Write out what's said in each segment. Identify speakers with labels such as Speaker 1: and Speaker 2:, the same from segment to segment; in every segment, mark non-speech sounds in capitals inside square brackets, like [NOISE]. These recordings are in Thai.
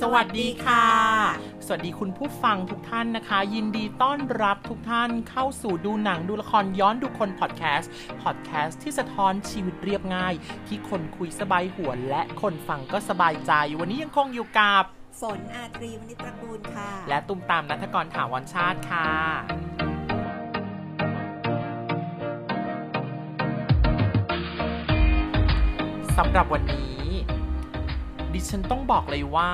Speaker 1: สวัสดีค่ะ สวัสดีคุณผู้ฟังทุกท่านนะคะ ยินดีต้อนรับทุกท่านเข้าสู่ดูหนังดูละครย้อนดูคนพอดแคสต์พอดแคสต์ที่สะท้อนชีวิตเรียบง่าย ที่คนคุยสบายหัวและคนฟังก็สบายใจ วันนี้ยังคงอยู่กับ
Speaker 2: ฝนอาตรีวณิตระกูลค่ะ
Speaker 1: และตุ้มตามนัทกรถาวรชาติค่ะ สำหรับวันนี้ ดิฉันต้องบอกเลยว่า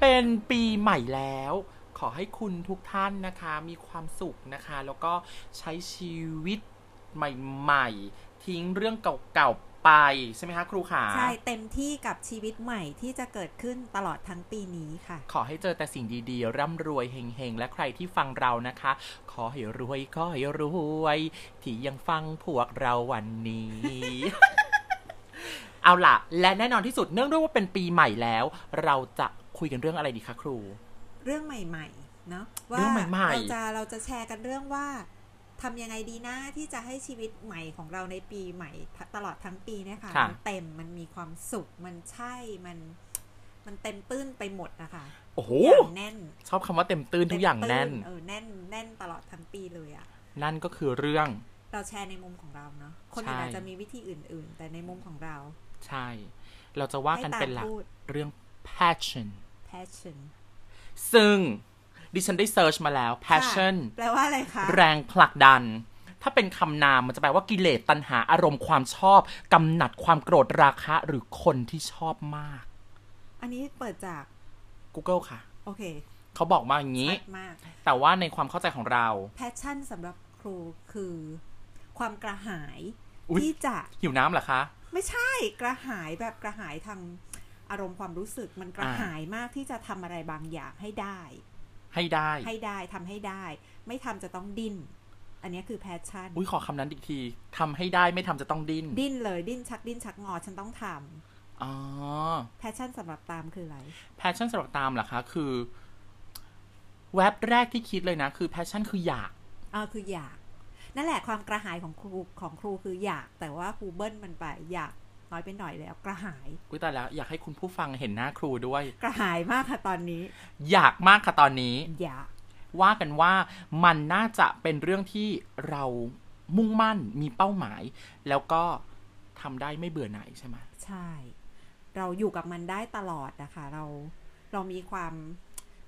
Speaker 1: เป็นปีใหม่แล้ว ขอให้คุณทุกท่านนะคะ มีความสุขนะคะ แล้วก็ใช้ชีวิตใหม่ๆ ทิ้งเรื่องเก่าๆไป ใช่ไหมคะครูขา
Speaker 2: ใช่เต็มที่กับชีวิตใหม่ที่จะเกิดขึ้นตลอดทั้งปีนี้ค่ะ
Speaker 1: ขอให้เจอแต่สิ่งดีๆ ร่ำรวยเฮงๆ และใครที่ฟังเรานะคะ ขอให้รวยขอให้รวย ที่ยังฟังพวกเราวันนี้ [LAUGHS] เอาล่ะ และแน่นอนที่สุดเนื่องด้วยว่าเป็นปีใหม่แล้ว เราจะคุยกันเรื่องอะไรดีคะครู
Speaker 2: เรื่องใหม่ๆ เนาะว่า
Speaker 1: เรื่องใหม่ๆ
Speaker 2: เราจะเราจะแชร์กันเรื่องว่าทำยังไงดีนะที่จะให้ชีวิตใหม่ของเราในปีใหม่ตลอดทั้งปีเนี่ยค่ะ
Speaker 1: ค่ะ
Speaker 2: มันเต็มมันมีความสุขมันใช่มัน มันเต็มตื้นไปหมดนะคะ
Speaker 1: โอ้โห
Speaker 2: อย่างแน่น
Speaker 1: ชอบคำว่าเต็มตื้นทุกอย่าง
Speaker 2: เต็ม
Speaker 1: แน่น
Speaker 2: เออแน่นแน่นตลอดทั้งปีเลยอะ
Speaker 1: นั่นก็คือเรื่อง
Speaker 2: เราแชร์ในมุมของเราเนาะคนอื่น
Speaker 1: ใช่
Speaker 2: อาจจะมีวิธีอื่น ๆ แต่ในมุมของเรา
Speaker 1: ใช่ เราจะว่ากันเป็นหลัก
Speaker 2: ให้ตามพูด
Speaker 1: เรื่อง passion
Speaker 2: passion
Speaker 1: ซึ่งดิฉันได้เซิร์ชมาแล้ว passion
Speaker 2: ค่ะแปลว่าอะไรคะ
Speaker 1: แรงผลักดัน ถ้าเป็นคำนามมันจะแปลว่ากิเลสตัณหาอารมณ์ความชอบกำหนัดความโกรธราคะหรือคนที่ชอบมาก
Speaker 2: อันนี้เปิดจาก
Speaker 1: Google ค่ะ
Speaker 2: โอเค
Speaker 1: เขาบอกมาอย่างนี้
Speaker 2: ชัดมาก
Speaker 1: แต่ว่าในความเข้าใจของเรา
Speaker 2: passion สำหรับครูคือ ความกระหาย
Speaker 1: อุ๊ย
Speaker 2: ที่จะ
Speaker 1: หิวน้ำเหรอคะ
Speaker 2: ไม่ใช่กระหายแบบกระหายทางอารมณ์ความรู้สึกมันกระ
Speaker 1: อ่า
Speaker 2: หายมากที่จะทำอะไรบางอย่างให้ได้
Speaker 1: ให้ได้
Speaker 2: ให้ได้ทำให้ได้ ไม่ทำจะต้องดิ้น อันนี้คือ passion
Speaker 1: อุ้ยขอคำนั้นอีกทีทำให้ได้ไม่ทำจะต้องดิ้น
Speaker 2: ดิ้นเลยดิ้นชักดิ้นชักงอฉันต้องทำ
Speaker 1: อ๋อ
Speaker 2: passion สำหรับตามคืออะไร
Speaker 1: passion สำหรับตามเหรอคะคือ แวบแรกที่คิดเลยนะคือ passion คืออยาก
Speaker 2: อ่าคืออยาก นั่นแหละความกระหายของครูของครูคืออยาก แต่ว่าครูเบิ้ลมันไปอยากน้อยไปหน่อยแล้วกระหาย
Speaker 1: อุ้ยแต่แล้วอยากให้คุณผู้ฟังเห็นหน้าครูด้วย
Speaker 2: กระหายมากค่ะตอนนี้
Speaker 1: อยากมากค่ะตอนนี้
Speaker 2: อยาก
Speaker 1: ว่ากันว่ามันน่าจะเป็นเรื่องที่เรามุ่งมั่นมีเป้าหมาย แล้วก็ทำได้ไม่เบื่อหน่ายใช่ไหม
Speaker 2: ใช่ เราอยู่กับมันได้ตลอดนะคะ เราเรามีความ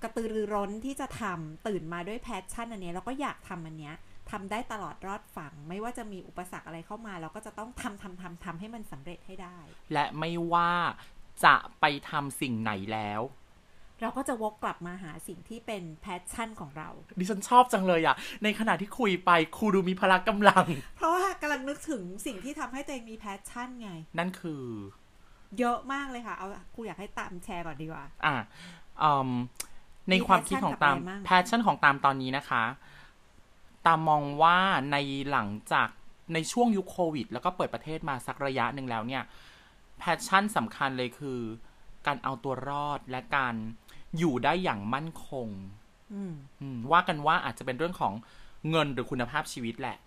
Speaker 2: กระตือรือร้นที่จะทำตื่นมาด้วยแพชชั่นอันเนี้ยเราก็อยากทำอันเนี้ยทำได้ตลอดรอดฝั่ง ไม่ว่าจะมีอุปสรรคอะไรเข้ามา เราก็จะต้องทำทำทำทำให้มันสำเร็จให้ได้
Speaker 1: และไม่ว่าจะไปทำสิ่งไหนแล้ว
Speaker 2: เราก็จะวกกลับมาหาสิ่งที่เป็นแพชชั่นของเรา
Speaker 1: ดิฉันชอบจังเลยอะในขณะที่คุยไปครูดูมีพละกำลัง
Speaker 2: เพราะว่ากำลังนึกถึงสิ่งที่ทำให้ตัวเองมีแพชชั่นไง
Speaker 1: นั่นคือ
Speaker 2: เยอะมากเลยค่ะ เอาครูอยากให้ตามแชร์ก่อนดีกว่า
Speaker 1: อ่ะอืมในความคิดของตาม
Speaker 2: มี passion กับอะไรมั่ง
Speaker 1: แพชชั่นของตามตอนนี้นะคะ ตามมองว่าในหลังจากในช่วงยุคโควิด แล้วก็เปิดประเทศมาสักระยะหนึ่งแล้วเนี่ย แพชชั่นสำคัญเลยคือ การเอาตัวรอดและการอยู่ได้อย่างมั่นคง
Speaker 2: อืม
Speaker 1: อืมว่ากันว่าอาจจะเป็นเรื่องของเงินหรือคุณภาพชีวิตแหละ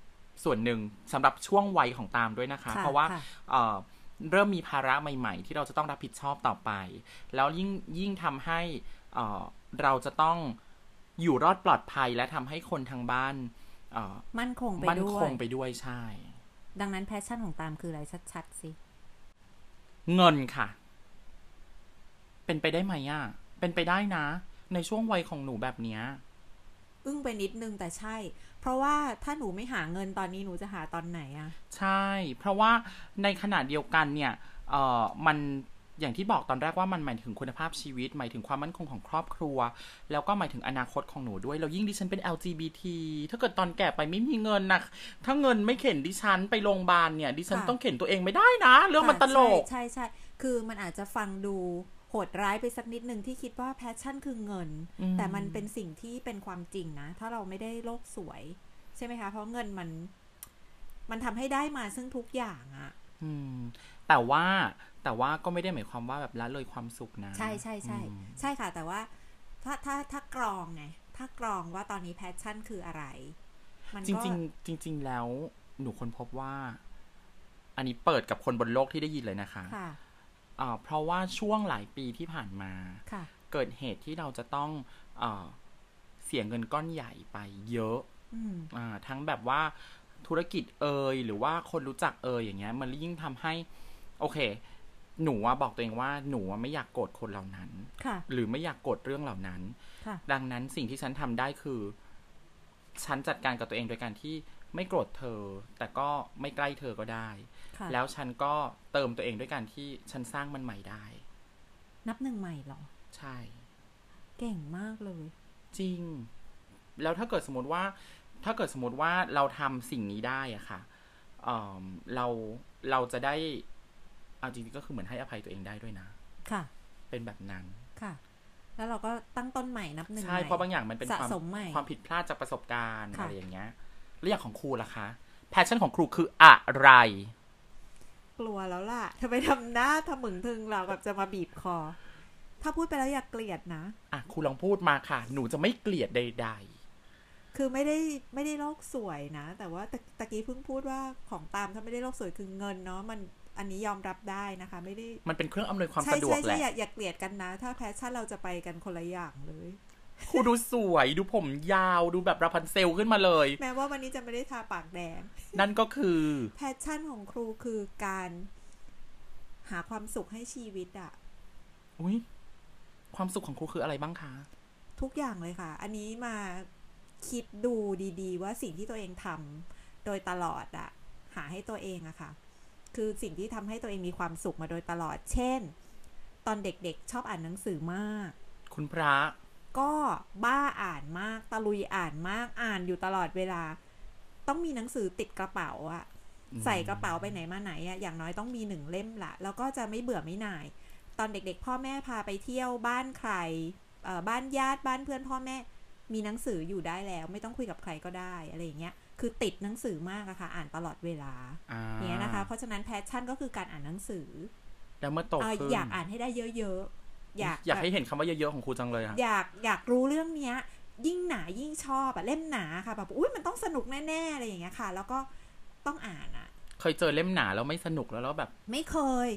Speaker 1: ส่วนหนึ่งสำหรับช่วงวัยของตามด้วยนะคะ
Speaker 2: ค่ะ
Speaker 1: เพราะว่า
Speaker 2: ค่ะ
Speaker 1: เอ่อเริ่มมีภาระใหม่ ๆ ที่เราจะต้องรับผิดชอบต่อไป แล้วยิ่งยิ่งทำให้เอ่อเราจะต้องอยู่รอดปลอดภัยและทำให้คนทางบ้านเอ่อ
Speaker 2: มั่นคงไป
Speaker 1: มั่น
Speaker 2: ด้ว
Speaker 1: ค
Speaker 2: ย
Speaker 1: งไปด้วยใช่
Speaker 2: ดังนั้นแพชชั่นของตามคืออะไรชัดๆสิ
Speaker 1: เงินค่ะ เป็นไปได้ไหมอ่ะ เป็นไปได้นะ ในช่วงวัยของหนูแบบเนี้ย
Speaker 2: อึ้งไปนิดนึงแต่ใช่ เพราะว่าถ้าหนูไม่หาเงินตอนนี้หนูจะหาตอนไหนอะ
Speaker 1: ใช่ เพราะว่าในขณะเดียวกันเนี่ยเอ่อมันอย่างที่บอกตอนแรกว่ามันหมายถึงคุณภาพชีวิต หมายถึงความมั่นคงของครอบครัว แล้วก็หมายถึงอนาคตของหนูด้วย แล้วยิ่งดิฉันเป็น LGBT ถ้าเกิดตอนแก่ไปไม่มีเงินนะถ้าเงินไม่เข็นดิฉันไปโรงพยาบาลเนี่ยดิฉันต้องเข็นตัวเองไม่ได้นะ เรื่องมันตลก
Speaker 2: ใช่ใช่ใช่ คือมันอาจจะฟังดูโหดร้ายไปสักนิดนึงที่คิดว่าแพชชั่นคือเงิน
Speaker 1: อืม
Speaker 2: แต่มันเป็นสิ่งที่เป็นความจริงนะ ถ้าเราไม่ได้โลกสวย ใช่ไหมคะ เพราะเงินมัน มันทำให้ได้มาซึ่งทุกอย่างอะ
Speaker 1: อืม แต่ว่าแต่ว่าก็ไม่ได้หมายความว่าแบบละเลยความสุขนะ
Speaker 2: ใช่ใช่ใช่
Speaker 1: อืม
Speaker 2: ใช่ค่ะ แต่ว่าถ้าถ้าถ้ากรองไง ถ้ากรองว่าตอนนี้แพชชั่นคืออะไร มัน
Speaker 1: จ
Speaker 2: ก็
Speaker 1: ริงๆจริง ๆ แล้วหนูค้นพบว่า อันนี้เปิดกับคนบนโลกที่ได้ยินเลยนะคะ
Speaker 2: ค่ะ
Speaker 1: อ่าเพราะว่าช่วงหลายปีที่ผ่านมา
Speaker 2: ค่ะ
Speaker 1: เกิดเหตุที่เราจะต้องเออเสียเงินก้อนใหญ่ไปเยอะ
Speaker 2: อืม
Speaker 1: อ่าทั้งแบบว่าธุรกิจเอยหรือว่าคนรู้จักเอยอย่างเงี้ย มันยิ่งทำให้ โอเค หนูอะบอกตัวเองว่าหนูอะไม่อยากโกรธคนเหล่านั้น
Speaker 2: ค่ะ
Speaker 1: หรือไม่อยากโกรธเรื่องเหล่านั้น
Speaker 2: ค่ะ
Speaker 1: ดังนั้นสิ่งที่ฉันทำได้คือ ฉันจัดการกับตัวเองโดยการที่ไม่โกรธเธอ แต่ก็ไม่ใกล้เธอก็ได้
Speaker 2: ค่ะ
Speaker 1: แล้วฉันก็เติมตัวเองด้วยการที่ฉันสร้างมันใหม่ได้
Speaker 2: นับหนึ่งใหม่เหรอ
Speaker 1: ใช่
Speaker 2: เก่งมากเลย
Speaker 1: จริง แล้วถ้าเกิดสมมติว่า ถ้าเกิดสมมติว่าเราทำสิ่งนี้ได้อะค่ะเอิ่มเราเราจะได้เอาจริงๆก็คือเหมือนให้อภัยตัวเองได้ด้วยนะ
Speaker 2: ค่ะ
Speaker 1: เป็นแบบนั้น
Speaker 2: ค่ะ แล้วเราก็ตั้งต้นใหม่นับหนึ่ง
Speaker 1: ใช่
Speaker 2: ใหม่
Speaker 1: เพราะบางอย่างมันเป็น
Speaker 2: สะ
Speaker 1: ความ
Speaker 2: สมใหม่
Speaker 1: ความผิดพลาดจากประสบการณ์
Speaker 2: ค่ะ
Speaker 1: อะไรอย่างเงี้ยแล้วอย่างของครูล่ะคะแพชชั่นของครูคืออะไร
Speaker 2: กลัวแล้วล่ะ [LAUGHS] ทำไมทำหน้าทำมึงทึงเราแบบจะมาบีบคอ ถ้าพูดไปแล้วอย่าเกลียดนะ
Speaker 1: อ่ะครูลองพูดมาค่ะ หนูจะไม่เกลียดใด
Speaker 2: คือไม่ได้ไม่ได้โลกสวยนะ แต่ว่าตะตะกี้เพิ่งพูดว่าของตามถ้าไม่ได้โลกสวยคือเงินเนาะมันอันนี้ยอมรับได้นะคะ ไม่ได้
Speaker 1: ๆ มันเป็นเครื่องอำนวยความ
Speaker 2: ใช่
Speaker 1: สะดวก
Speaker 2: ใช่
Speaker 1: แห
Speaker 2: ใช่
Speaker 1: ละ
Speaker 2: อย่าอย่าเกลียดกันนะ ถ้าแพชชั่นเราจะไปกันคนละอย่างเลย
Speaker 1: ครูดูสวยดูผมยาวดูแบบราพันเซลขึ้นมาเลย
Speaker 2: แม้ว่าวันนี้จะไม่ได้ทาปากแดง
Speaker 1: นั่นก็คือ
Speaker 2: แพชชั่นของครูคือการหาความสุขให้ชีวิตอะ
Speaker 1: อุยความสุขของครูคืออะไรบ้างคะ
Speaker 2: ทุกอย่างเลยค่ะ อันนี้มาคิดดูดีๆ ว่าสิ่งที่ตัวเองทำโดยตลอดอะหาให้ตัวเองอะค่ะ คือสิ่งที่ทำให้ตัวเองมีความสุขมาโดยตลอด เช่น ตอนเด็กๆ ชอบอ่านหนังสือมาก
Speaker 1: คุณพระ
Speaker 2: ก็บ้าอ่านมาก ตะลุยอ่านมากอ่านอยู่ตลอดเวลา ต้องมีหนังสือติดกระเป๋าอะ
Speaker 1: อืม
Speaker 2: ใส่กระเป๋าไปไหนมาไหนอะอย่างน้อยต้องมีหนึ่งเล่มละแล้วก็จะไม่เบื่อไม่หน่าย ตอนเด็กๆ พ่อแม่พาไปเที่ยวบ้านใครเอ่อบ้านญาติบ้านเพื่อนพ่อแม่ มีหนังสืออยู่ได้แล้ว ไม่ต้องคุยกับใครก็ได้อะไรอย่างเงี้ยคือติดหนังสือมากอะค่ะ อ่านตลอดเวลา
Speaker 1: อ่า
Speaker 2: อย่างเนี้ยนะคะ เพราะฉะนั้นแพชชั่นก็คือการอ่านหนังสือ
Speaker 1: แล้วเมื่อโต
Speaker 2: เอ่อ
Speaker 1: ขึ้น
Speaker 2: อยากอ่านให้ได้เยอะๆอยาก
Speaker 1: อยาก
Speaker 2: แบบ
Speaker 1: ให้เห็นคำว่าเยอะๆของครูจังเลยอะ
Speaker 2: อยากอยากรู้เรื่องเนี้ย ยิ่งหนายิ่งชอบอะเล่มหนาค่ะแบบอุ้ยมันต้องสนุกแน่ๆอะไรอย่างเงี้ยค่ะ แล้วก็ต้องอ่านอะ
Speaker 1: เคยเจอเล่มหนาแล้วไม่สนุกแล้วแล้วแบบ
Speaker 2: ไม่เคย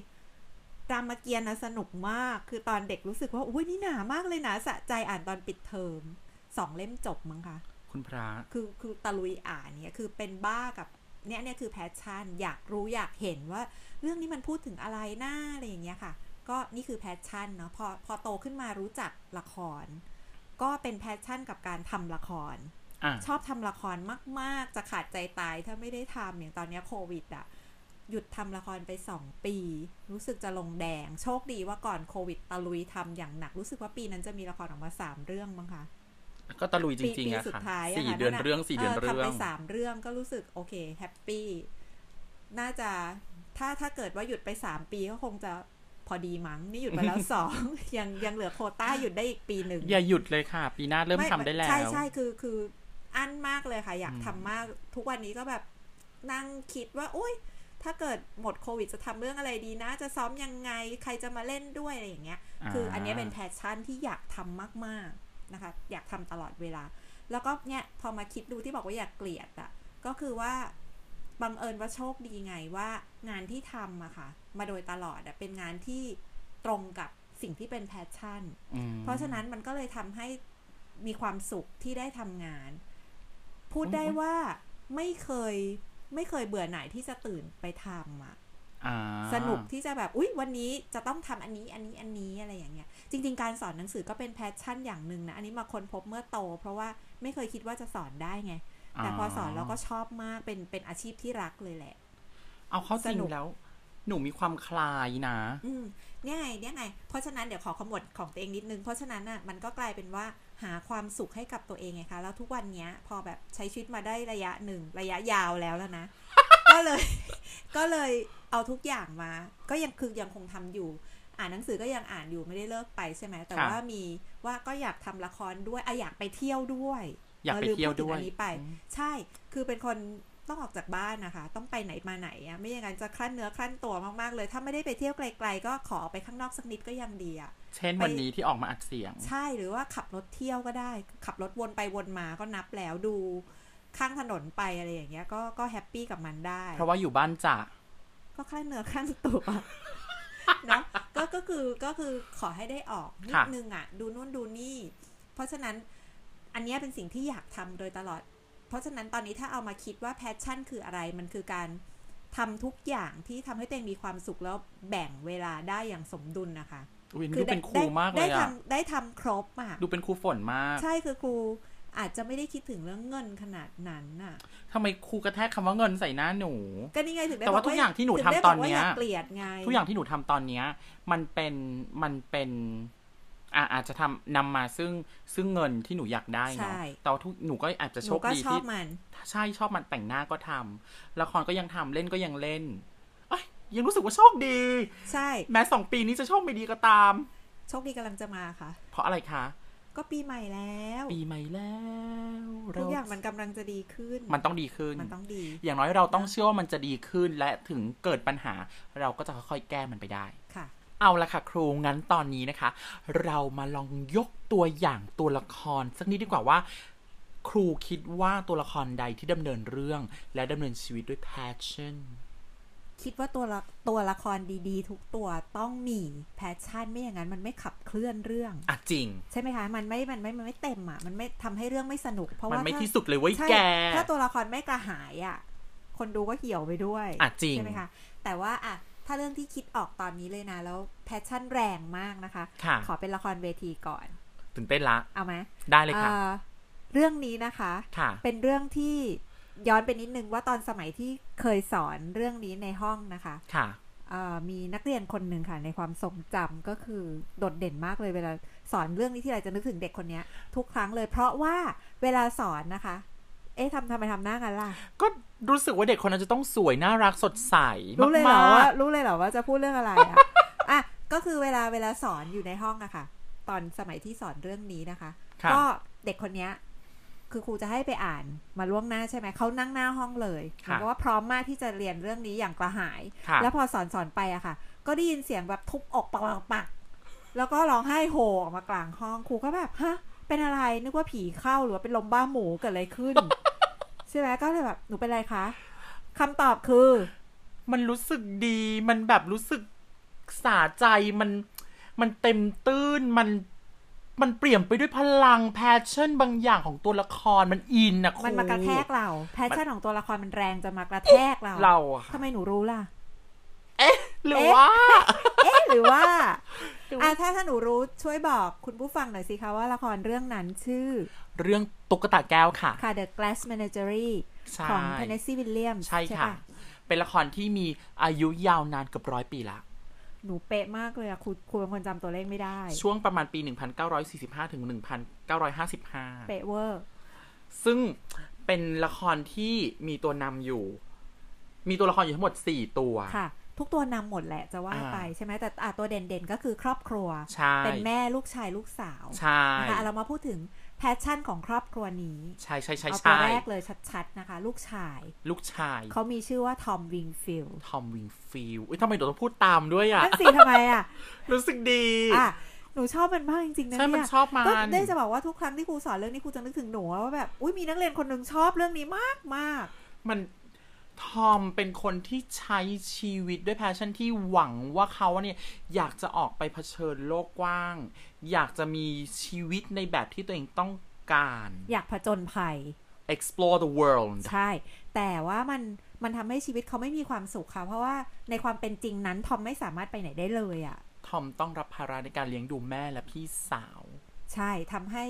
Speaker 2: รามเกียรติ์นะสนุกมาก คือตอนเด็กรู้สึกว่าอุ้ยนี่หนามากเลยนะสะใจอ่านตอนปิดเทอมสองเล่มจบมั้งคะ
Speaker 1: คุณพระ
Speaker 2: คือคือตะลุยอ่านเนี่ยคือเป็นบ้ากับเนี่ยเนี่ยคือแพชชั่น อยากรู้อยากเห็นว่า เรื่องนี้มันพูดถึงอะไรหน้าอะไรอย่างเงี้ยค่ะ ก็นี่คือแพชชั่นเนาะพอพอโตขึ้นมารู้จักละคร ก็เป็นแพชชั่นกับการทำละคร
Speaker 1: อ่ะ
Speaker 2: ชอบทำละครมาก ๆ จะขาดใจตายถ้าไม่ได้ทำอย่างตอนเนี้ยโควิดอะหยุดทำละครไป 2 ปี รู้สึกจะลงแดง โชคดีว่าก่อนโควิดตะลุยทำอย่างหนักรู้สึกว่าปีนั้นจะมีละครออกมา 3 เรื่องมั้งคะ
Speaker 1: ก็ตะลุยจ
Speaker 2: ปี
Speaker 1: ริง
Speaker 2: ปี
Speaker 1: ๆอะ
Speaker 2: สุด
Speaker 1: ค่ะ
Speaker 2: ท้ายะ
Speaker 1: สี่
Speaker 2: ค่ะ
Speaker 1: เดือน
Speaker 2: นั่ะ
Speaker 1: เรื่องสี่เดือนเรื่
Speaker 2: ทำ
Speaker 1: อ
Speaker 2: ไป
Speaker 1: ง
Speaker 2: สามเรื่องก็รู้สึกโอเคแฮปปี้น่าจะถ้าถ้าเกิดว่าหยุดไป 3 ปีก็คงจะพอดีมั้งนี่หยุดไปแล้ว [LAUGHS] สอง ยังยังเหลือโควต้าหยุดได้อีกปีหนึ่ง
Speaker 1: อย่าหยุดเลยค่ะ ปีหน้าเริ่ม
Speaker 2: ไม่
Speaker 1: ทำได้แล้ว
Speaker 2: ใช่ใช่คือคืออันมากเลยค่ะ อยากทำมาก ทุกวันนี้ก็แบบนั่งคิดว่าอุ้ยถ้าเกิดหมดโควิดจะทำเรื่องอะไรดีนะ จะซ้อมยังไงใครจะมาเล่นด้วยอะไรอย่างเงี้ย
Speaker 1: า
Speaker 2: คืออันเนี้ยเป็นแพชชั่นที่อยากทำมาก ๆ นะคะ อยากทำตลอดเวลา แล้วก็เนี่ยพอมาคิดดูที่บอกว่าอยากเกลียดอะก็คือว่าบังเอิญว่าโชคดีไงว่างานที่ทำอะค่ะ มาโดยตลอดอะเป็นงานที่ตรงกับสิ่งที่เป็นแพชชั่น
Speaker 1: อืม
Speaker 2: เพราะฉะนั้นมันก็เลยทำให้มีความสุขที่ได้ทำงาน พูด
Speaker 1: อุ๊ย
Speaker 2: ได้ว่าไม่เคยไม่เคยเบื่อหน่ายที่จะตื่นไปทำอ่ะ
Speaker 1: อ่า
Speaker 2: สนุกที่จะแบบอุ๊ยวันนี้จะต้องทำอันนี้อันนี้อันนี้อะไรอย่างเงี้ย จริง ๆ การสอนหนังสือก็เป็นแพชชั่นอย่างหนึ่งนะ อันนี้มาค้นพบเมื่อโต เพราะว่าไม่เคยคิดว่าจะสอนได้ไง แต่พอสอนเราก็ชอบมากเป็นเป็นอาชีพที่รักเลยแหละ
Speaker 1: เอาเข้าจริ
Speaker 2: ส
Speaker 1: ง
Speaker 2: นุก
Speaker 1: แล้ว หนูมีความคลายนะ
Speaker 2: อืมเนี่ยไงเนี่ยไง เพราะฉะนั้นเดี๋ยวขอขมวดของตัวเองนิดนึง เพราะฉะนั้นอ่ะมันก็กลายเป็นว่าหาความสุขให้กับตัวเองไงคะ แล้วทุกวันเนี้ย พอแบบใช้ชีวิตมาได้ระยะหนึ่งระยะยาวแล้วแล้วนะ [LAUGHS] ก็เลย ก็เลยเอาทุกอย่างมา ก็ยังคือยังคงทำอยู่ อ่านหนังสือก็ยังอ่านอยู่ไม่ได้เลิกไปใช่ไหมแต่
Speaker 1: ค่ะ
Speaker 2: ว่ามีว่าก็อยากทำละครด้วยอะอยากไปเที่ยวด้วย
Speaker 1: อยากไป
Speaker 2: ออลืม
Speaker 1: เที่ยว
Speaker 2: พูถึ
Speaker 1: ด้
Speaker 2: ง
Speaker 1: วย
Speaker 2: อันนี้ไป ใช่ คือเป็นคนต้องออกจากบ้านนะคะ ต้องไปไหนมาไหนอะไม่อย่างนั้นจะคลั่นเนื้อคลั่นตัวมากๆเลย ถ้าไม่ได้ไปเที่ยวไกล ๆ ก็ขอออกไปข้างนอกสักนิดก็ยังดีอะ
Speaker 1: เช่นวันนี้ที่ออกมาอัดเสียง
Speaker 2: ใช่ หรือว่าขับรถเที่ยวก็ได้ ขับรถวนไปวนมาก็นับแล้วดู ข้างถนนไปอะไรอย่างเงี้ย ก็ก็แฮปปี้กับมันได้
Speaker 1: เพราะว่าอยู่บ้านจะ [LAUGHS]
Speaker 2: ก็คลั่นเนื้อคลั่นตัว เนาะก็ก็คือก็คือขอให้ได้ออกนิด
Speaker 1: ค่ะ
Speaker 2: นึงอ่ะ ดูนู่นดูนี่ เพราะฉะนั้นอันเนี้ยเป็นสิ่งที่อยากทำโดยตลอด เพราะฉะนั้นตอนนี้ถ้าเอามาคิดว่าแพชชั่นคืออะไรมันคือการทำทุกอย่างที่ทำให้ตัวเองมีความสุขแล้วแบ่งเวลาได้อย่างสมดุลนะคะ
Speaker 1: อุ้ยนี่ดูเป็นครูมากเล
Speaker 2: ได้
Speaker 1: ย
Speaker 2: ทำ
Speaker 1: อะ
Speaker 2: ได้ทำครบอ่ะ
Speaker 1: ดูเป็นครูฝนมาก
Speaker 2: ใช่คือครูอาจจะไม่ได้คิดถึงเรื่องเงินขนาดนั้นน่ะ
Speaker 1: ทำไมครูกระแทกคำว่าเงินใส่หน้าหนู
Speaker 2: ก็นี่ไงถึงได้
Speaker 1: แต่ว่า
Speaker 2: บ
Speaker 1: ทุกอย่างที่หนู
Speaker 2: ถึ
Speaker 1: ทำ
Speaker 2: ได้
Speaker 1: ตอน
Speaker 2: บกว่า
Speaker 1: เนี้ย
Speaker 2: ากเกลียดไง
Speaker 1: ทุกอย่างที่หนูทำตอนเนี้ย มันเป็นมันเป็นอ่ะอาจจะทำนำมาซึ่งซึ่งเงินที่หนูอยากได้เนาะแต่ว่าทุกหนูก็อาจจะ
Speaker 2: ห
Speaker 1: โช
Speaker 2: นู
Speaker 1: ค
Speaker 2: ก็
Speaker 1: ดี
Speaker 2: ชอ
Speaker 1: ที่
Speaker 2: บมัน
Speaker 1: ใช่ชอบมันแต่งหน้าก็ทำละครก็ยังทำเล่นก็ยังเล่นเอ้ยยังรู้สึกว่าโชคดี
Speaker 2: ใช่
Speaker 1: แม้สองปีนี้จะโชคไม่ดีก็ตาม
Speaker 2: โชคดีกำลังจะมาค่ะ
Speaker 1: เพราะอะไรคะ
Speaker 2: ก็ปีใหม่แล้ว
Speaker 1: ปีใหม่แล้ว
Speaker 2: ทุกอย่าง
Speaker 1: เร
Speaker 2: มันกำลังจะดีขึ้น
Speaker 1: มันต้องดีขึ้น
Speaker 2: มันต้องดี
Speaker 1: อย่างน้อยเราต้องเชื่อว่ามันจะดีขึ้นและถึงเกิดปัญหา เราก็จะค่อยๆแก้มันไปได้
Speaker 2: ค่ะ
Speaker 1: เอาละค่ะครูงั้นตอนนี้นะคะ เรามาลองยกตัวอย่างตัวละคร สักนิดดีกว่าว่า ครูคิดว่าตัวละครใดที่ดำเนินเรื่อง และดำเนินชีวิตด้วย passion
Speaker 2: คิดว่าตัวละตัวละครดีๆ ทุกตัวต้องมีแพชชั่นไม่อย่างนั้นมันไม่ขับเคลื่อนเรื่อง
Speaker 1: อ่ะจริง
Speaker 2: ใช่ไหมคะมันไม่มันไม่มันไม่เต็มอ่ะมันไม่ทำให้เรื่องไม่สนุก เพราะ
Speaker 1: มัน
Speaker 2: ว่า
Speaker 1: ไม่
Speaker 2: ถ้า
Speaker 1: ที่สุดเลยเว้ย
Speaker 2: ใช่
Speaker 1: แก
Speaker 2: ถ้าตัวละครไม่กระหายอ่ะ คนดูก็เหี่ยวไปด้วย
Speaker 1: อ่ะจริง
Speaker 2: ใช่ไหมคะ แต่ว่าอ่ะถ้าเรื่องที่คิดออกตอนนี้เลยนะ แล้วแพชชั่นแรงมากนะคะ
Speaker 1: ค่ะ
Speaker 2: ขอเป็นละครเวทีก่อน
Speaker 1: ตื่นเต้นละ
Speaker 2: เอาไหม
Speaker 1: ได้เลยค่ะ
Speaker 2: เอ่อเรื่องนี้นะคะ
Speaker 1: ค่ะ
Speaker 2: เป็นเรื่องที่ย้อนไปนิดนึงว่าตอนสมัยที่เคยสอนเรื่องนี้ในห้องนะคะ
Speaker 1: ค่ะ
Speaker 2: เอ่อมีนักเรียนคนหนึ่งค่ะ ในความทรงจำก็คือโดดเด่นมากเลยเวลาสอนเรื่องนี้ที่ไรจะนึกถึงเด็กคนเนี้ย ทุกครั้งเลย เพราะว่าเวลาสอนนะคะ เอ๊ะทำทำไมทำหน้ากันล่ะ
Speaker 1: ก็รู้สึกว่าเด็กคนนั้นจะต้องสวยน่ารักสดใส
Speaker 2: รู้เลยเหรอ
Speaker 1: มาก
Speaker 2: ว่ารู้เลยเหรอว่าจะพูดเรื่องอะไรอ่ [LAUGHS] ะ อ่ะก็คือเวลาเวลาสอนอยู่ในห้องอะค่ะ ตอนสมัยที่สอนเรื่องนี้นะคะ
Speaker 1: ๆค่ะ
Speaker 2: ก็เด็กคนเนี้ย คือครูจะให้ไปอ่านมาล่วงหน้าใช่ไหมเขานั่งหน้าห้องเลย
Speaker 1: ค่ะ
Speaker 2: เหมือนกับว่าพร้อมมากที่จะเรียนเรื่องนี้อย่างกระหาย
Speaker 1: ค่ะ
Speaker 2: แล้วพอสอนสอนไปอะค่ะ ก็ได้ยินเสียงแบบทุบอกปักปักปักแล้วก็ร้องไห้โฮออกมากลางห้องครูก็แบบฮะเป็นอะไรนึกว่าผีเข้าหรือว่าเป็นลมบ้าหมูเกิดอะไรขึ้น [LAUGHS] ใช่ไหมก็เลยแบบหนูเป็นไรคะคำตอบคือ
Speaker 1: มันรู้สึกดี มันแบบรู้สึกสาใจ มัน มันเต็มตื้น มัน มันเปลี่ยนไปด้วยพลังแพชชั่นบางอย่างของตัวละคร มันอินนะครู
Speaker 2: มันมากระแทกเรา แพชชั่นของตัวละครมันแรงจะมากระแทกเรา
Speaker 1: เราอะ
Speaker 2: ทำไมหนูรู้ล่ะ
Speaker 1: หรือว่า
Speaker 2: เอ๊ะ หรือว่าอ่ะถ้าถ้าหนูรู้ช่วยบอกคุณผู้ฟังหน่อยสิคะว่าละครเรื่องนั้นชื่อ
Speaker 1: เรื่องตุ๊กตาแก้วค่ะ
Speaker 2: ค่ะ The Glass Menagerie
Speaker 1: ใช่
Speaker 2: ของ Tennessee Williams
Speaker 1: ใช่ค่ะ
Speaker 2: ป
Speaker 1: เป็นละครที่มีอายุยาวนานเกือบร้อยปีละ
Speaker 2: หนูเป๊ะมากเลยอะครูครูเป็นคนจำตัวเลขไม่ได้
Speaker 1: ช่วงประมาณปี 1945 ถึง 1955
Speaker 2: เป๊ะเวอร์
Speaker 1: ซึ่งเป็นละครที่มีตัวนำอยู่ มีตัวละครอยู่ทั้งหมด 4 ตัว
Speaker 2: ค่ะ ทุกตัวนำหมดแหละจะว่าไปใช่ไหมแต่อ่ะตัวเด่นๆก็คือครอบครัว
Speaker 1: ใช่
Speaker 2: เป็นแม่ลูกชายลูกสาว
Speaker 1: ใช่
Speaker 2: นะคะอ่ะเรามาพูดถึงแพชชั่นของครอบครัวนี้
Speaker 1: ใช่ใช่ใช่
Speaker 2: เอาตัว
Speaker 1: ใช่
Speaker 2: แรกเลยชัดๆนะคะ ลูกชาย
Speaker 1: ลูกชาย
Speaker 2: เขามีชื่อว่าทอมวิงฟิลด์
Speaker 1: ทอมวิงฟิลด์อุ๊ยทำไมหนูต้องพูดตามด้วยอ่ะ
Speaker 2: นั่นสิทำไมอ่ะ
Speaker 1: รู้สึกดี
Speaker 2: อ่ะ หนูชอบมันมากจริงๆนะ
Speaker 1: ใช่ มัน
Speaker 2: เนี่ย
Speaker 1: ชอบมัน
Speaker 2: ก็ได้จะบอกว่าทุกครั้งที่ครูสอนเรื่องนี้ครูจะนึกถึงหนูว่าแบบ อุ้ยมีนักเรียนคนหนึ่งชอบเรื่องนี้มากมาก
Speaker 1: มันทอมเป็นคนที่ใช้ชีวิตด้วยแพชชั่นที่หวังว่าเขาเนี่ยอยากจะออกไปเผชิญโลกกว้าง อยากจะมีชีวิตในแบบที่ตัวเองต้องการ
Speaker 2: ๆอยากผจญภัย
Speaker 1: explore the world
Speaker 2: ใช่ แต่ว่ามันมันทำให้ชีวิตเขาไม่มีความสุขค่ะ เพราะว่าในความเป็นจริงนั้นทอมไม่สามารถไปไหนได้เลยอ่ะ
Speaker 1: ทอมต้องรับภาระในการเลี้ยงดูแม่และพี่สาว
Speaker 2: ใช่ทำให้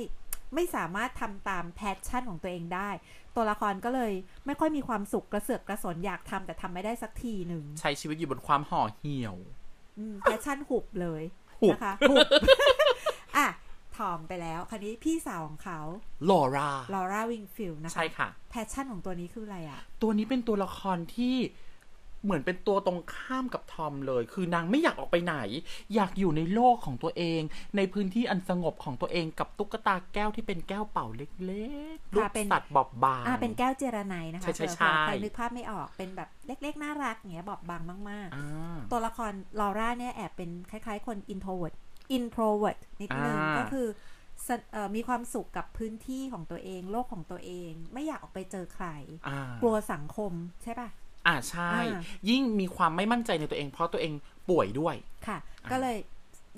Speaker 2: ไม่สามารถทำตามแพชชั่นของตัวเองได้ ตัวละครก็เลยไม่ค่อยมีความสุขกระเสือกกระสนอยากทำแต่ทำไม่ได้สักทีหนึ่ง
Speaker 1: ใช้ชีวิตอยู่บนความห่อเหี่ยว
Speaker 2: อืมแพชชั่นหุบเลย
Speaker 1: หุบ [LAUGHS]
Speaker 2: นะคะหุบ [LAUGHS] อ่ะถอมไปแล้ว คันนี้พี่สาวของเขา
Speaker 1: ลอรา
Speaker 2: ลอร่าวิงฟิลด์นะคะ
Speaker 1: ใช่ค่ะ
Speaker 2: แพชชั่นของตัวนี้คืออะไรอ่ะ
Speaker 1: ตัวนี้เป็นตัวละครที่เหมือนเป็นตัวตรงข้ามกับทอมเลย คือนางไม่อยากออกไปไหน อยากอยู่ในโลกของตัวเอง ในพื้นที่อันสงบของตัวเองกับตุ๊กตาแก้วที่เป็นแก้วเป่าเล็กๆรู
Speaker 2: ค่ะ
Speaker 1: ป
Speaker 2: เป็น
Speaker 1: สัตว์บอบบาง
Speaker 2: อ่ะเป็นแก้วเจรไนนะคะ
Speaker 1: ใช่ใช่ใช่
Speaker 2: เผื่อใครนึกภาพไม่ออกเป็นแบบเล็กๆ น่ารักอย่างเงี้ยบอบบางมาก
Speaker 1: อ่า
Speaker 2: ๆ ตัวละครลอร่าเนี่ยแอบเป็นคล้ายๆ คนอินโทรเวิร์ดอินโทรเวิร์ดนิดนึง
Speaker 1: อ่า
Speaker 2: ก็คือสะเอ่อมีความสุขกับพื้นที่ของตัวเอง โลกของตัวเอง ไม่อยากออกไปเจอใคร
Speaker 1: อ่าก
Speaker 2: ลัวสังคมใช่ป่ะ
Speaker 1: อ่าใช่
Speaker 2: อ่า
Speaker 1: ยิ่งมีความไม่มั่นใจในตัวเอง เพราะตัวเอง ป่วยด้วย
Speaker 2: ค่ะ
Speaker 1: อ่า
Speaker 2: ก็เลย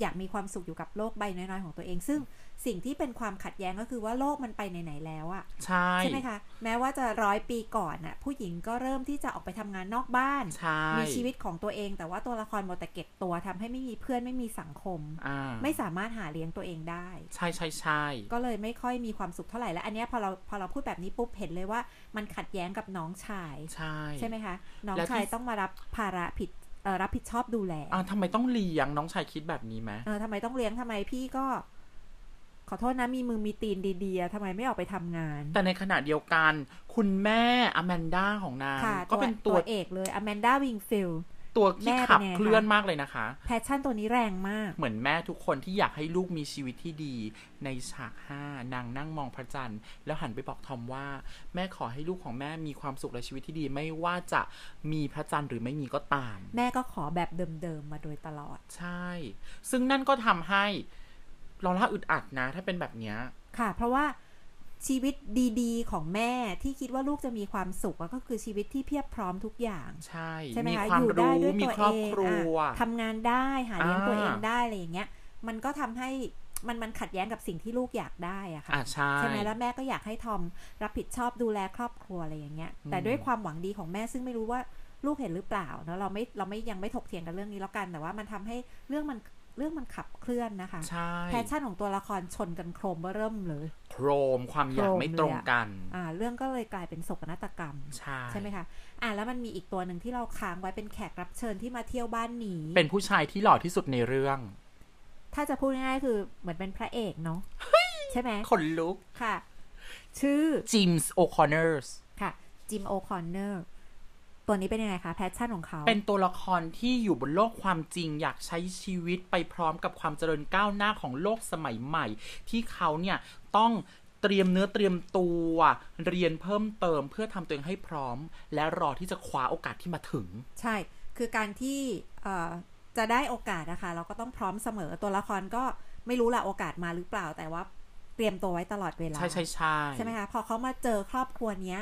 Speaker 2: อยากมีความสุขอยู่กับโลกใบน้อยๆของตัวเอง ซึ่งสิ่งที่เป็นความขัดแย้งก็คือว่าโลกมันไปไหนๆแล้วอะ
Speaker 1: ใช่
Speaker 2: ใช่ไหมคะ แม้ว่าจะร้อยปีก่อนน่ะผู้หญิงก็เริ่มที่จะออกไปทำงานนอกบ้าน
Speaker 1: ใช่
Speaker 2: มีชีวิตของตัวเอง แต่ว่าตัวละครหมดแต่เก็บตัวทำให้ไม่มีเพื่อนไม่มีสังคม
Speaker 1: อ่า
Speaker 2: ไม่สามารถหาเลี้ยงตัวเองได้
Speaker 1: ใช่ใช่ใช่
Speaker 2: ก็เลยไม่ค่อยมีความสุขเท่าไหร่และอันเนี้ยพอเราพอเราพูดแบบนี้ปุ๊บเห็นเลยว่ามันขัดแย้งกับน้องชาย
Speaker 1: ใช่
Speaker 2: ใช่ไหมคะ น้อง
Speaker 1: แล้วที่
Speaker 2: ชายต้องมารับภาระผิดเอ่อรับผิดชอบดูแล
Speaker 1: อ่าทำไมต้องเลี้ยงน้องชายคิดแบบนี้ไหม
Speaker 2: เออทำไมต้องเลี้ยงทำไมพี่ก็ ขอโทษนะมีมือมีตีนดีๆอะทำไมไม่ออกไปทำงาน
Speaker 1: แต่ในขณะเดียวกัน คุณแม่อแมนด้าของนาง
Speaker 2: ค่ะ
Speaker 1: ก็เป็นตัว
Speaker 2: เอกเลยอแมนด้าวิงฟิล
Speaker 1: ตัวที่
Speaker 2: แม่เป็น
Speaker 1: ขับ
Speaker 2: ไง
Speaker 1: เคลื่อน
Speaker 2: คะ
Speaker 1: มากเลยนะคะ
Speaker 2: แพชชั่นตัวนี้แรงมาก
Speaker 1: เหมือนแม่ทุกคนที่อยากให้ลูกมีชีวิตที่ดี ในฉากห้านางนั่งมองพระจันทร์แล้วหันไปบอกทอมว่า แม่ขอให้ลูกของแม่มีความสุขและชีวิตที่ดี ไม่ว่าจะมีพระจันทร์หรือไม่มีก็ตาม
Speaker 2: แม่ก็ขอแบบเดิมๆมาโดยตลอด
Speaker 1: ใช่ ซึ่งนั่นก็ทำให้ลอล่าอึดอัดนะ ถ้าเป็นแบบเนี้ย
Speaker 2: ค่ะ เพราะว่าชีวิตดีๆ ของแม่ที่คิดว่าลูกจะมีความสุขอะก็คือชีวิตที่เพียบพร้อมทุกอย่าง
Speaker 1: ใช่
Speaker 2: ใช่ไหม
Speaker 1: มี
Speaker 2: คะ
Speaker 1: ความ
Speaker 2: อยู่ได้
Speaker 1: รู้
Speaker 2: ด้วย
Speaker 1: มี
Speaker 2: ตัว
Speaker 1: ครอบ
Speaker 2: เอง
Speaker 1: ครัว
Speaker 2: อะทำงานได้หาเลี้ยง
Speaker 1: อ่า
Speaker 2: ตัวเองได้อะไรอย่างเงี้ย มันก็ทำให้มันมันขัดแย้งกับสิ่งที่ลูกอยากได้อะค่ะ
Speaker 1: อ่ะใช่
Speaker 2: ใช่ไหมแล้วแม่ก็อยากให้ทอมรับผิดชอบดูแลครอบครัวอะไรอย่างเงี้ย แต่ด้วยความหวังดีของแม่ซึ่งไม่รู้ว่าลูกเห็นหรือเปล่าเนาะเราไม่เราไม่ยังไม่ถกเถียงกันเรื่องนี้แล้วกัน แต่ว่ามันทำให้เรื่องมันเรื่องมันขับเคลื่อนนะคะ
Speaker 1: ใช่
Speaker 2: แพชชั่นของตัวละครชนกันโครมเบ้อเริ่มเลย
Speaker 1: โครมความอยากไม่ตรงกัน
Speaker 2: อ่า เรื่องก็เลยกลายเป็นโศกนาฏกรรม
Speaker 1: ใช่
Speaker 2: ใช่ไหมคะ อ่าแล้วมันมีอีกตัวหนึ่งที่เราค้างไว้เป็นแขกรับเชิญที่มาเที่ยวบ้านหนี
Speaker 1: เป็นผู้ชายที่หล่อที่สุดในเรื่อง
Speaker 2: ถ้าจะพูดง่ายๆคือเหมือนเป็นพระเอกเนาะใช่ไหม
Speaker 1: ขนลุก
Speaker 2: ค่ะ ชื่อ
Speaker 1: จิมส์โอคอนเนอร์ส
Speaker 2: ค่ะจิมโอคอนเนอร์ตัวนี้เป็นยังไงคะ แพชชั่นของเขา
Speaker 1: เป็นตัวละครที่อยู่บนโลกความจริง อยากใช้ชีวิตไปพร้อมกับความเจริญก้าวหน้าของโลกสมัยใหม่ ที่เขาเนี่ยต้องเตรียมเนื้อเตรียมตัว เรียนเพิ่มเติมเพื่อทำตัวเองให้พร้อม และรอที่จะคว้าโอกาสที่มาถึง
Speaker 2: ใช่ คือการที่เอ่อจะได้โอกาสนะคะ เราก็ต้องพร้อมเสมอตัวละครก็ไม่รู้ละโอกาสมาหรือเปล่า แต่ว่าเตรียมตัวไว้ตลอดเวลา
Speaker 1: ใช่ใช่ใช่
Speaker 2: ใช่ไหมคะ พอเขามาเจอครอบครัวเนี้ย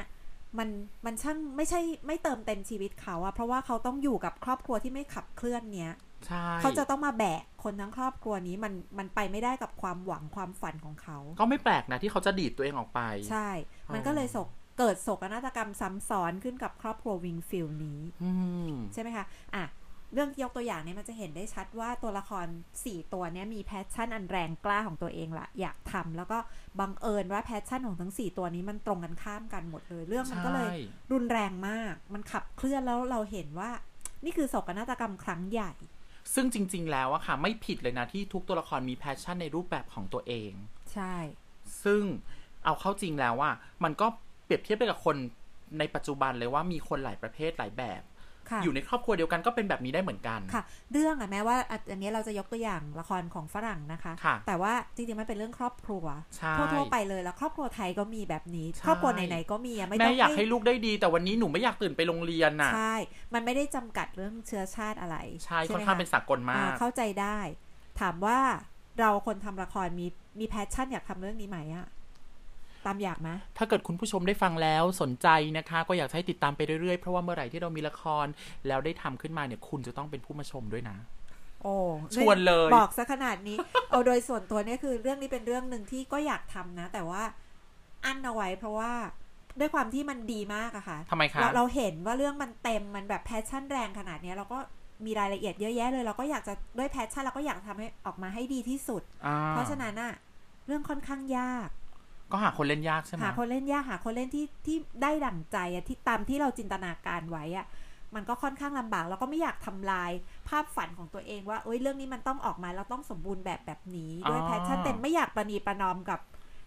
Speaker 2: มันมันช่างไม่ใช่ไม่เติมเต็มชีวิตเขาอะเพราะว่าเขาต้องอยู่กับครอบครัวที่ไม่ขับเคลื่อนเนี้ย
Speaker 1: ใช่
Speaker 2: เขาจะต้องมาแบกคนทั้งครอบครัวนี้มันมันไปไม่ได้กับความหวังความฝันของเขา
Speaker 1: ก็ไม่แปลกนะที่เขาจะดีดตัวเองออกไป
Speaker 2: ใช่
Speaker 1: อ๋อ
Speaker 2: มันก็เลยโศกเกิดโศกนาฏกรรมซ้ำซ้อนขึ้นกับครอบครัววิงฟิลด์นี้
Speaker 1: อืม
Speaker 2: ใช่ไหมคะ อ่ะ เรื่องยกตัวอย่างเนี้มันจะเห็นได้ชัดว่าตัวละคร 4 ตัวเนี้มีแพชชั่นอันแรงกล้าของตัวเองละอยากทำแล้วก็บังเอิญว่าแพชชั่นของทั้ง 4 ตัวนี้มันตรงกันข้ามกันหมดเลย เรื่องมันก็เลย
Speaker 1: ใช่
Speaker 2: รุนแรงมาก มันขับเคลื่อนแล้วเราเห็นว่า นี่คือโศกนาฏกรรมครั้งใหญ่
Speaker 1: ซึ่งจริง ๆ แล้วอะค่ะ ไม่ผิดเลยนะที่ทุกตัวละครมีแพชชั่นในรูปแบบของตัวเอง
Speaker 2: ใช่
Speaker 1: ซึ่งเอาเข้าจริงแล้วว่า มันก็เปรียบเทียบไปกับคนในปัจจุบันเลยว่ามีคนหลายประเภทหลายแบบ
Speaker 2: ค่ะ
Speaker 1: อยู่ในครอบครัวเดียวกันก็เป็นแบบนี้ได้เหมือนกัน
Speaker 2: ค่ะ เรื่องอะแม้ว่าอ่ะอันนี้เราจะยกตัวอย่างละครของฝรั่งนะคะ
Speaker 1: ค่ะ
Speaker 2: แต่ว่าจริงๆมันเป็นเรื่องครอบครัว
Speaker 1: ใช่
Speaker 2: ทั่วๆไปเลยแล้วครอบครัวไทยก็มีแบบนี้
Speaker 1: ใช่
Speaker 2: ครอบครัวไหนๆก็มีอะไม่ต้
Speaker 1: แม่
Speaker 2: อง
Speaker 1: อยากให้ลูกได้ดี แต่วันนี้หนูไม่อยากตื่นไปโรงเรียนน่ะ
Speaker 2: ใช่ มันไม่ได้จำกัดเรื่องเชื้อชาติอะไร
Speaker 1: ใช่ค่อน
Speaker 2: ไหมะ
Speaker 1: ข้างเป็นสากลมา
Speaker 2: อ่าก เข้าใจได้ ถามว่าเราคนทำละครมีมีแพชชั่นอยากทำเรื่องนี้ไหมอะตามอยากไหม
Speaker 1: ถ้าเกิดคุณผู้ชมได้ฟังแล้วสนใจนะคะ ก็อยากให้ติดตามไปเรื่อยๆ เพราะว่าเมื่อไหร่ที่เรามีละคร แล้วได้ทำขึ้นมาเนี่ยคุณจะต้องเป็นผู้มาชมด้วยนะ
Speaker 2: โอ้
Speaker 1: ชวนเลย
Speaker 2: บอกซะขนาดนี้ [LAUGHS] เอาโดยส่วนตัวเนี่ยคือเรื่องนี้เป็นเรื่องหนึ่งที่ก็อยากทำนะ แต่ว่าอั้นเอาไว้ เพราะว่าด้วยความที่มันดีมากอะค่ะ
Speaker 1: ทำไมคะ
Speaker 2: เราเราเห็นว่าเรื่องมันเต็มมันแบบแพชชั่นแรงขนาดเนี้ยเราก็มีรายละเอียดเยอะแยะเลย เราก็อยากจะด้วยแพชชั่นเราก็อยากทำให้ออกมาให้ดีที่สุด
Speaker 1: อ่
Speaker 2: เพราะฉะนั้นอะเรื่องค่อนข้างยาก
Speaker 1: ก็หาคนเล่นยากใช่ไหม
Speaker 2: หาคนเล่นยากหาคนเล่นที่ที่ได้ดั่งใจอะที่ตามที่เราจินตนาการไว้อะมันก็ค่อนข้างลำบากเราก็ไม่อยากทำลายภาพฝันของตัวเองว่าเอ้ยเรื่องนี้มันต้องออกมาเราต้องสมบูรณ์แบบแบบนี้ด้วยแพชชั่นเต็มไม่อยากประนีประนอมกับ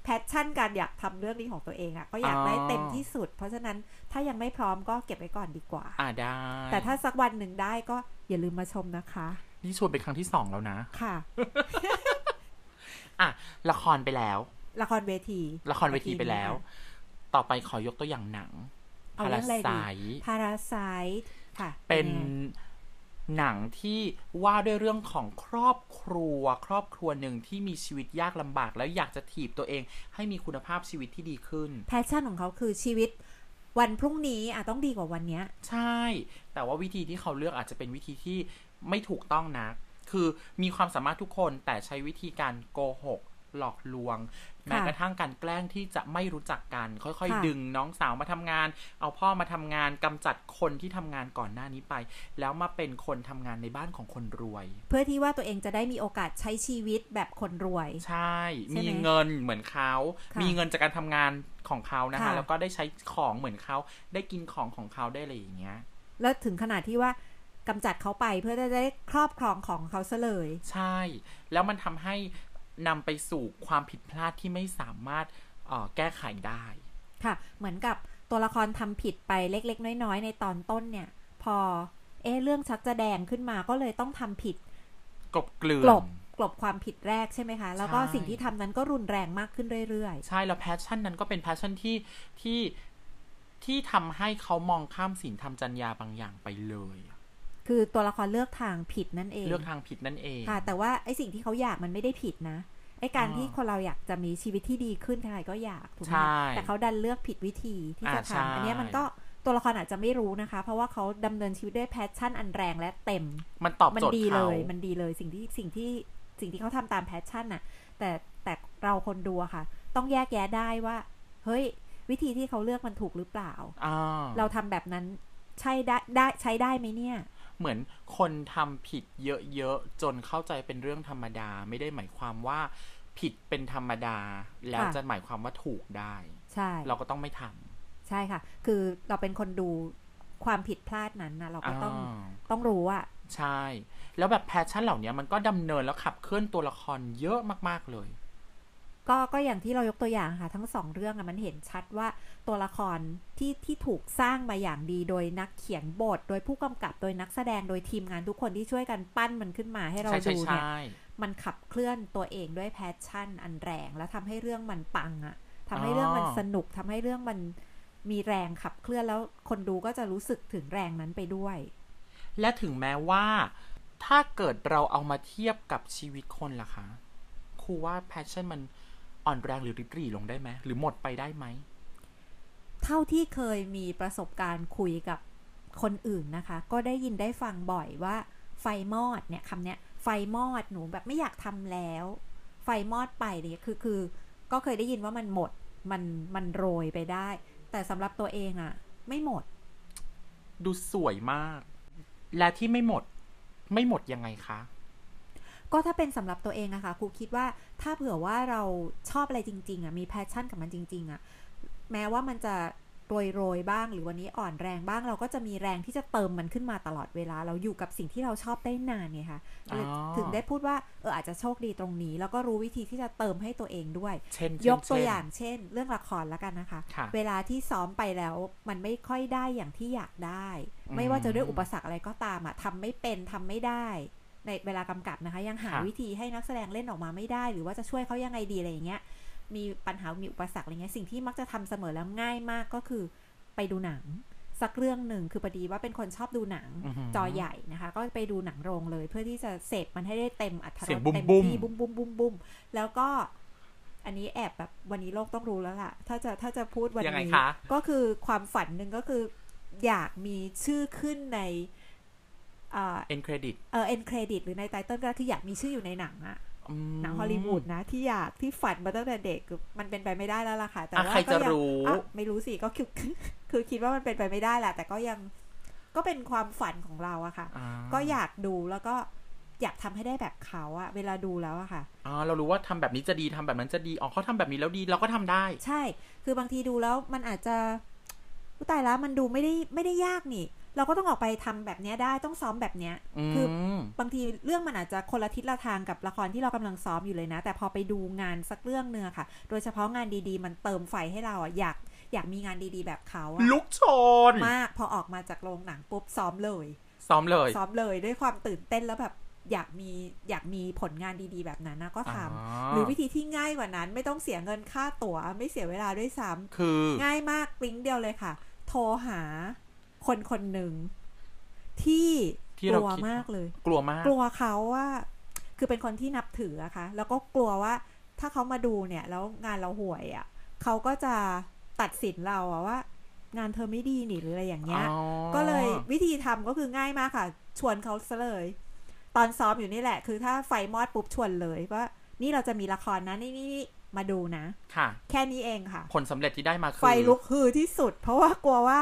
Speaker 2: แพชชั่นการอยากทำเรื่องนี้ของตัวเองอะก็อยากได้เต็มที่สุด เพราะฉะนั้นถ้ายังไม่พร้อมก็เก็บไว้ก่อนดีกว่า
Speaker 1: อ่าได้
Speaker 2: แต่ถ้าสักวันหนึ่งได้ก็อย่าลืมมาชมนะคะ
Speaker 1: นี่ชวนเป็นครั้งที่สองแล้วนะ
Speaker 2: ค่ะ
Speaker 1: อ่ะละครไปแล้ว
Speaker 2: ละครเวที
Speaker 1: ละครเวทีไปแล้ว ต่อไปขอยกตัวอย่างหนัง
Speaker 2: เอาเรื่องอะไรดี
Speaker 1: Parasite
Speaker 2: พาราไซต์ค่ะ
Speaker 1: เป็น
Speaker 2: ยังไง
Speaker 1: หนังที่ว่าด้วยเรื่องของครอบครัว ครอบครัวหนึ่งที่มีชีวิตยากลำบาก แล้วอยากจะถีบตัวเองให้มีคุณภาพชีวิตที่ดีขึ้น
Speaker 2: แพชชั่นของเขาคือชีวิตวันพรุ่งนี้อาจต้องดีกว่าวันเนี้ย
Speaker 1: ใช่ แต่ว่าวิธีที่เขาเลือกอาจจะเป็นวิธีที่ ไม่ถูกต้องนะ คือมีความสามารถทุกคนแต่ใช้วิธีการโกหก หลอกลวง แม้กระทั่งการแกล้งที่จะไม่รู้จักกัน ค่อย
Speaker 2: ค่ะ
Speaker 1: ๆ ดึงน้องสาวมาทำงาน เอาพ่อมาทำงานกำจัดคนที่ทำงานก่อนหน้านี้ไป แล้วมาเป็นคนทำงานในบ้านของคนรวย
Speaker 2: เพื่อที่ว่าตัวเองจะได้มีโอกาสใช้ชีวิตแบบคนรวย
Speaker 1: ใช่
Speaker 2: ใช่
Speaker 1: มี
Speaker 2: ไหม
Speaker 1: เงินเหมือนเขา
Speaker 2: ค่ะ
Speaker 1: มีเงินจากการทำงานของเขานะคะ
Speaker 2: ค่ะ
Speaker 1: แล้วก็ได้ใช้ของเหมือนเขา ได้กินของของเขาได้อะไรอย่างเงี้ย
Speaker 2: แล้วถึงขนาดที่ว่ากำจัดเขาไปเพื่อจะได้ครอบครองของเขาซะเลย
Speaker 1: ใช่ แล้วมันทำให้นำไปสู่ความผิดพลาดที่ไม่สามารถเอ่อแก้ไขได้
Speaker 2: ค่ะ เหมือนกับตัวละครทำผิดไปเล็ก ๆ น้อย ๆ ในตอนต้นเนี่ย พอ เอ๊ะเรื่องชักจะแดงขึ้นมาก็เลยต้องทำผิด
Speaker 1: กลบเกลื่อก
Speaker 2: ลบ
Speaker 1: น
Speaker 2: กลบความผิดแรกใช่ไหมคะ แล้วก็
Speaker 1: ใช่
Speaker 2: สิ่งที่ทำนั้นก็รุนแรงมากขึ้นเรื่อย
Speaker 1: ใช่แล้วแพชชั่นนั้นก็เป็นแพชชั่นที่ที่ที่ทำให้เขามองข้ามศีลทำจรรยาบางอย่างไปเลย
Speaker 2: ๆ คือตัวละครเลือกทางผิดนั่นเอง
Speaker 1: เลือกทางผิดนั่นเอง
Speaker 2: ค่ะ แต่ว่าไอ้สิ่งที่เขาอยากมันไม่ได้ผิดนะ ไอ้การ
Speaker 1: อ่า
Speaker 2: ที่คนเราอยากจะมีชีวิตที่ดีขึ้นใครก็อยากถูกไหม
Speaker 1: ใช่
Speaker 2: แต่เขาดันเลือกผิดวิธีที่จะ
Speaker 1: อ่าใช่
Speaker 2: ทำอันเนี้ยมันก็ตัวละครอาจจะไม่รู้นะคะ เพราะว่าเขาดำเนินชีวิตด้วยแพชชั่นอันแรงและเต็ม
Speaker 1: มันตอบ
Speaker 2: มัน
Speaker 1: โจทย์
Speaker 2: ดีเล
Speaker 1: เขา
Speaker 2: ย มันดีเลยสิ่งที่สิ่งที่สิ่งที่เขาทำตามแพชชั่นน่ะ แต่แต่เราคนดูอะค่ะ ต้องแยกแยะได้ว่า เฮ้ย วิธีที่เขาเลือกมันถูกหรือเปล่า
Speaker 1: อ่า
Speaker 2: เราทำแบบนั้นใช่ได้ได้ใช้ได้ไหมเนี่ย
Speaker 1: เหมือนคนทำผิดเยอะๆ จนเข้าใจเป็นเรื่องธรรมดา ไม่ได้หมายความว่าผิดเป็นธรรมดา แล้ว
Speaker 2: ค่ะ
Speaker 1: จะหมายความว่าถูกได้
Speaker 2: ใช่
Speaker 1: เราก็ต้องไม่ท
Speaker 2: ใช่ค่ะ คือเราเป็นคนดูความผิดพลาดนั้นนะเรา
Speaker 1: ำ
Speaker 2: ก็ต้อง
Speaker 1: า
Speaker 2: ต้องรู้ว่า
Speaker 1: ใช่ แล้วแบบแพชชั่นเหล่านี้มันก็ดำเนินแล้วขับเคลื่อนตัวละครเยอะมากๆเลย
Speaker 2: ก็ก็อย่างที่เรายกตัวอย่างค่ะ ทั้งสองเรื่องอะมันเห็นชัดว่าตัวละครที่ที่ถูกสร้างมาอย่างดีโดยนักเขียนบท โดยผู้กำกับโดยนักแสดงโดยทีมงานทุกคนที่ช่วยกันปั้นมันขึ้นมาให้เรา
Speaker 1: ใช่ใช่
Speaker 2: ดูเนี่ย
Speaker 1: ใช่
Speaker 2: มันขับเคลื่อนตัวเองด้วยแพชชั่นอันแรง แล้วทำให้เรื่องมันปังอะทำให้เรื่องมันสนุกทำให้เรื่องมันมีแรงขับเคลื่อนแล้วคนดูก็จะรู้สึกถึงแรงนั้นไปด้วย
Speaker 1: และถึงแม้ว่า ถ้าเกิดเราเอามาเทียบกับชีวิตคนล่ะคะครูว่าแพชชั่นมันอ่อนแรงหรือริบหรี่ลงได้ไหมหรือหมดไปได้ไหม
Speaker 2: เท่าที่เคยมีประสบการณ์คุยกับคนอื่นนะคะ ก็ได้ยินได้ฟังบ่อยว่า ไฟมอดเนี่ยคำเนี้ยไฟมอดหนูแบบไม่อยากทำแล้ว ไฟมอดไปเนี่ยคือคือ ก็เคยได้ยินว่ามันหมดมันมันโรยไปได้ แต่สำหรับตัวเองอะไม่หมด
Speaker 1: ดูสวยมาก และที่ไม่หมด ไม่หมดยังไงคะ
Speaker 2: ก็ถ้าเป็นสำหรับตัวเองอะค่ะครูคิดว่าถ้าเผื่อว่าเราชอบอะไรจริง ๆอะมีแพชชั่นกับมันจริง ๆอะแม้ว่ามันจะโรยโรยๆบ้าง หรือวันนี้อ่อนแรงบ้าง เราก็จะมีแรงที่จะเติมมันขึ้นมาตลอดเวลา เราอยู่กับสิ่งที่เราชอบได้นานไงคะ
Speaker 1: อ๋อ
Speaker 2: ถึงได้พูดว่าเอออาจจะโชคดีตรงนี้ แล้วก็รู้วิธีที่จะเติมให้ตัวเองด้วย
Speaker 1: เช่น
Speaker 2: ยกตัว
Speaker 1: เช่น
Speaker 2: อย่างเช่น เรื่องละครแล้วกันนะคะ
Speaker 1: ค่ะ
Speaker 2: เวลาที่ซ้อมไปแล้วมันไม่ค่อยได้อย่างที่อยากได้
Speaker 1: อืม
Speaker 2: ไม่ว่าจะด้วยอุปสรรคอะไรก็ตามอะทำไม่เป็นทำไม่ได้ ในเวลากำกับนะคะ ยังหา
Speaker 1: ค่ะ
Speaker 2: วิธีให้นักแสดงเล่นออกมาไม่ได้ หรือว่าจะช่วยเขายังไงดีอะไรอย่างเงี้ยมีปัญหามีอุปสรรคอะไรเงี้ยสิ่งที่มักจะทำเสมอแล้วง่ายมากก็คือไปดูหนัง สักเรื่องหนึ่งคือพอดีว่าเป็นคนชอบดูหนัง
Speaker 1: อือหือ
Speaker 2: จอใหญ่นะคะ ก็ไปดูหนังโรงเลย เพื่อที่จะเสพมันให้ได้เต็มอัตรถรส
Speaker 1: เสียงบุ้ม
Speaker 2: เต็ม
Speaker 1: บุ้ม
Speaker 2: ที่บุ้มบุ้มบุ้มบุ้มแล้วก็ อันนี้แอบแบบวันนี้โลกต้องรู้แล้วล่ะ ถ้าจะถ้าจะพูดวัน
Speaker 1: ยังไง
Speaker 2: นี้
Speaker 1: คะ
Speaker 2: ก็คือความฝันหนึ่งก็คืออยากมีชื่อขึ้นในเอ่อ
Speaker 1: เอ็นเครดิต
Speaker 2: เอ็นเครดิตหรือในไตเติ้ลก็ได้คืออยากมีชื่ออยู่ในหนังอะ
Speaker 1: อืม
Speaker 2: หนังฮอลลีวูดนะที่อยากที่ฝันมาตั้งแต่เด็กคือมันเป็นไปไม่ได้แล้วล่ะค่ะ แต่
Speaker 1: อ่ะ
Speaker 2: ว่า
Speaker 1: ใคร
Speaker 2: ก็
Speaker 1: จะ
Speaker 2: ยัง
Speaker 1: รู้
Speaker 2: อ่ะไม่รู้สิ ก็คือ คือคิด [LAUGHS] ว่ามันเป็นไปไม่ได้แหละแต่ก็ยังก็เป็นความฝันของเราอะค่ะ
Speaker 1: อ่า
Speaker 2: ก็อยากดูแล้วก็อยากทำให้ได้แบบเขาอะเวลาดูแล้วอะค่ะ
Speaker 1: อ่าเรารู้ว่าทำแบบนี้จะดีทำแบบนั้นจะดีอ๋อเขาทำแบบนี้แล้วดีเราก็ทำได้
Speaker 2: ใช่ คือบางทีดูแล้วมันอาจจะอุ๊ยตายแล้วมันดูไม่ได้ไม่ได้ยากนี่ เราก็ต้องออกไปทำแบบเนี้ยได้ต้องซ้อมแบบเนี้ย
Speaker 1: อื
Speaker 2: คือ
Speaker 1: ม
Speaker 2: บางทีเรื่องมันอาจจะคนละทิศละทางกับละครที่เรากำลังซ้อมอยู่เลยนะ แต่พอไปดูงานสักเรื่องเนื้อะค่ะ โดยเฉพาะงานดีๆ มันเติมไฟให้เราอะอยากอยากมีงานดีๆ แบบเขาอะ
Speaker 1: ลุกชน
Speaker 2: มากพอออกมาจากโรงหนังปุ๊บซ้อมเลย
Speaker 1: ซ้อมเลย
Speaker 2: ซ้อมเลยด้วยความตื่นเต้นแล้วแบบอยากมีอยากมีผลงานดีๆ แบบนั้นนะก็ทำหรือวิธีที่ง่ายกว่านั้น ไม่ต้องเสียเงินค่าตั๋ว ไม่เสียเวลาด้วยซ้
Speaker 1: คือ
Speaker 2: ำง่ายมากปลิงก์เดียวเลยค่ะ โทรหาคนคนหนึ่งที่
Speaker 1: ที่
Speaker 2: ก
Speaker 1: เรา
Speaker 2: ลัว
Speaker 1: คิด
Speaker 2: มากเลย
Speaker 1: กลัวมาก
Speaker 2: กลัวเขาว่า คือเป็นคนที่นับถือนะคะ แล้วก็กลัวว่าถ้าเขามาดูเนี่ย แล้วงานเราห่วยอะ่ะเขาก็จะตัดสินเราอะว่า งานเธอไม่ดีนี่หรืออะไรอย่างเงี้ย
Speaker 1: อ๋อ
Speaker 2: ก็เลยวิธีทำก็คือง่ายมากค่ะ ชวนเขาซะเลย ตอนซ้อมอยู่นี่แหละ คือถ้าไฟมอดปุ๊บชวนเลยว่า นี่เราจะมีละครนะนี่นี่นี่มาดูนะ
Speaker 1: ค่ะ
Speaker 2: แค่นี้เองค่ะ
Speaker 1: ผลสำเร็จที่ได้มาคือ
Speaker 2: ไฟลุกฮือที่สุด เพราะว่ากลัวว่า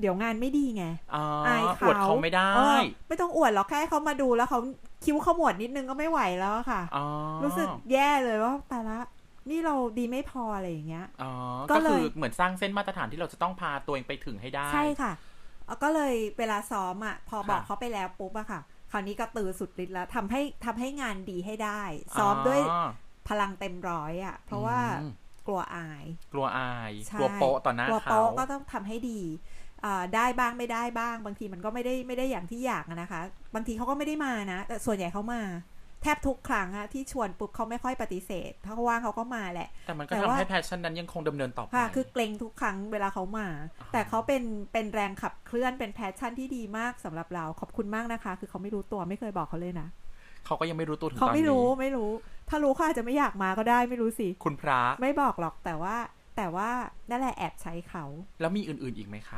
Speaker 2: เดี๋ยวงานไม่ดีไง
Speaker 1: อา
Speaker 2: อาย
Speaker 1: อ
Speaker 2: เขา
Speaker 1: วดเขาไม่ได้
Speaker 2: เออไม่ต้องอวดหรอกแค่เขามาดูแล้วเขาคิ้วขมวดนิดนึงก็ไม่ไหวแล้วอะค่ะ
Speaker 1: อ๋อ
Speaker 2: รู้สึกแย่เลยว่าแต่ละ นี่เราดีไม่พออะไรอย่างเงี้ย
Speaker 1: อ๋อ
Speaker 2: ก็
Speaker 1: ก็
Speaker 2: เลย
Speaker 1: คือเหมือนสร้างเส้นมาตรฐานที่เราจะต้องพาตัวเองไปถึงให้ได้
Speaker 2: ใช่ค่ะเอาก็เลยเวลาซ้อมอ่ะ พอบอก
Speaker 1: ค่ะ
Speaker 2: เขาไปแล้วปุ๊บอะค่ะ คราวนี้กระตือสุดฤทธิ์แล้วทำให้ทำให้งานดีให้ได้ ซ้อมด้วยพลังเต็มร้อยอะเพราะว่า
Speaker 1: อืม
Speaker 2: กลัวอาย
Speaker 1: กลัวอาย
Speaker 2: ใช่
Speaker 1: กลัวโปะต่อหน้าก
Speaker 2: ลัว
Speaker 1: เขา
Speaker 2: โป๊ะก็ต้องทำให้ดีเอ่อได้บ้างไม่ได้บ้าง บางทีมันก็ไม่ได้ไม่ได้อย่างที่อยากอะนะคะ บางทีเขาก็ไม่ได้มานะ แต่ส่วนใหญ่เขามา แทบทุกครั้งอะที่ชวนปุ๊บเขาไม่ค่อยปฏิเสธ ถ้าเขาว่างเขาก็มาแหละ
Speaker 1: แต่มันก็
Speaker 2: แต่
Speaker 1: ทำ
Speaker 2: ว่า
Speaker 1: ให้แพชชั่นนั้นยังคงดำเนินต่อไป
Speaker 2: ค่ะ คือเกรงทุกครั้งเวลาเขามา
Speaker 1: อ่า
Speaker 2: แต่เขาเป็นเป็นแรงขับเคลื่อนเป็นแพชชั่นที่ดีมากสำหรับเรา ขอบคุณมากนะคะ คือเขาไม่รู้ตัวไม่เคยบอกเขาเลยนะ
Speaker 1: เขาก็ยังไม่รู้ตัวถึงต
Speaker 2: เขา
Speaker 1: อน
Speaker 2: ไม่
Speaker 1: นี้
Speaker 2: รู้ไม่รู้ ถ้ารู้เขาอาจจะไม่อยากมาก็ได้ไม่รู้สิ
Speaker 1: คุณพระ
Speaker 2: ไม่บอกหรอกแต่ว่า แต่ว่านั่นแหละแอบใช้เขา
Speaker 1: แล้วมีอื่นๆอีกไหมคะ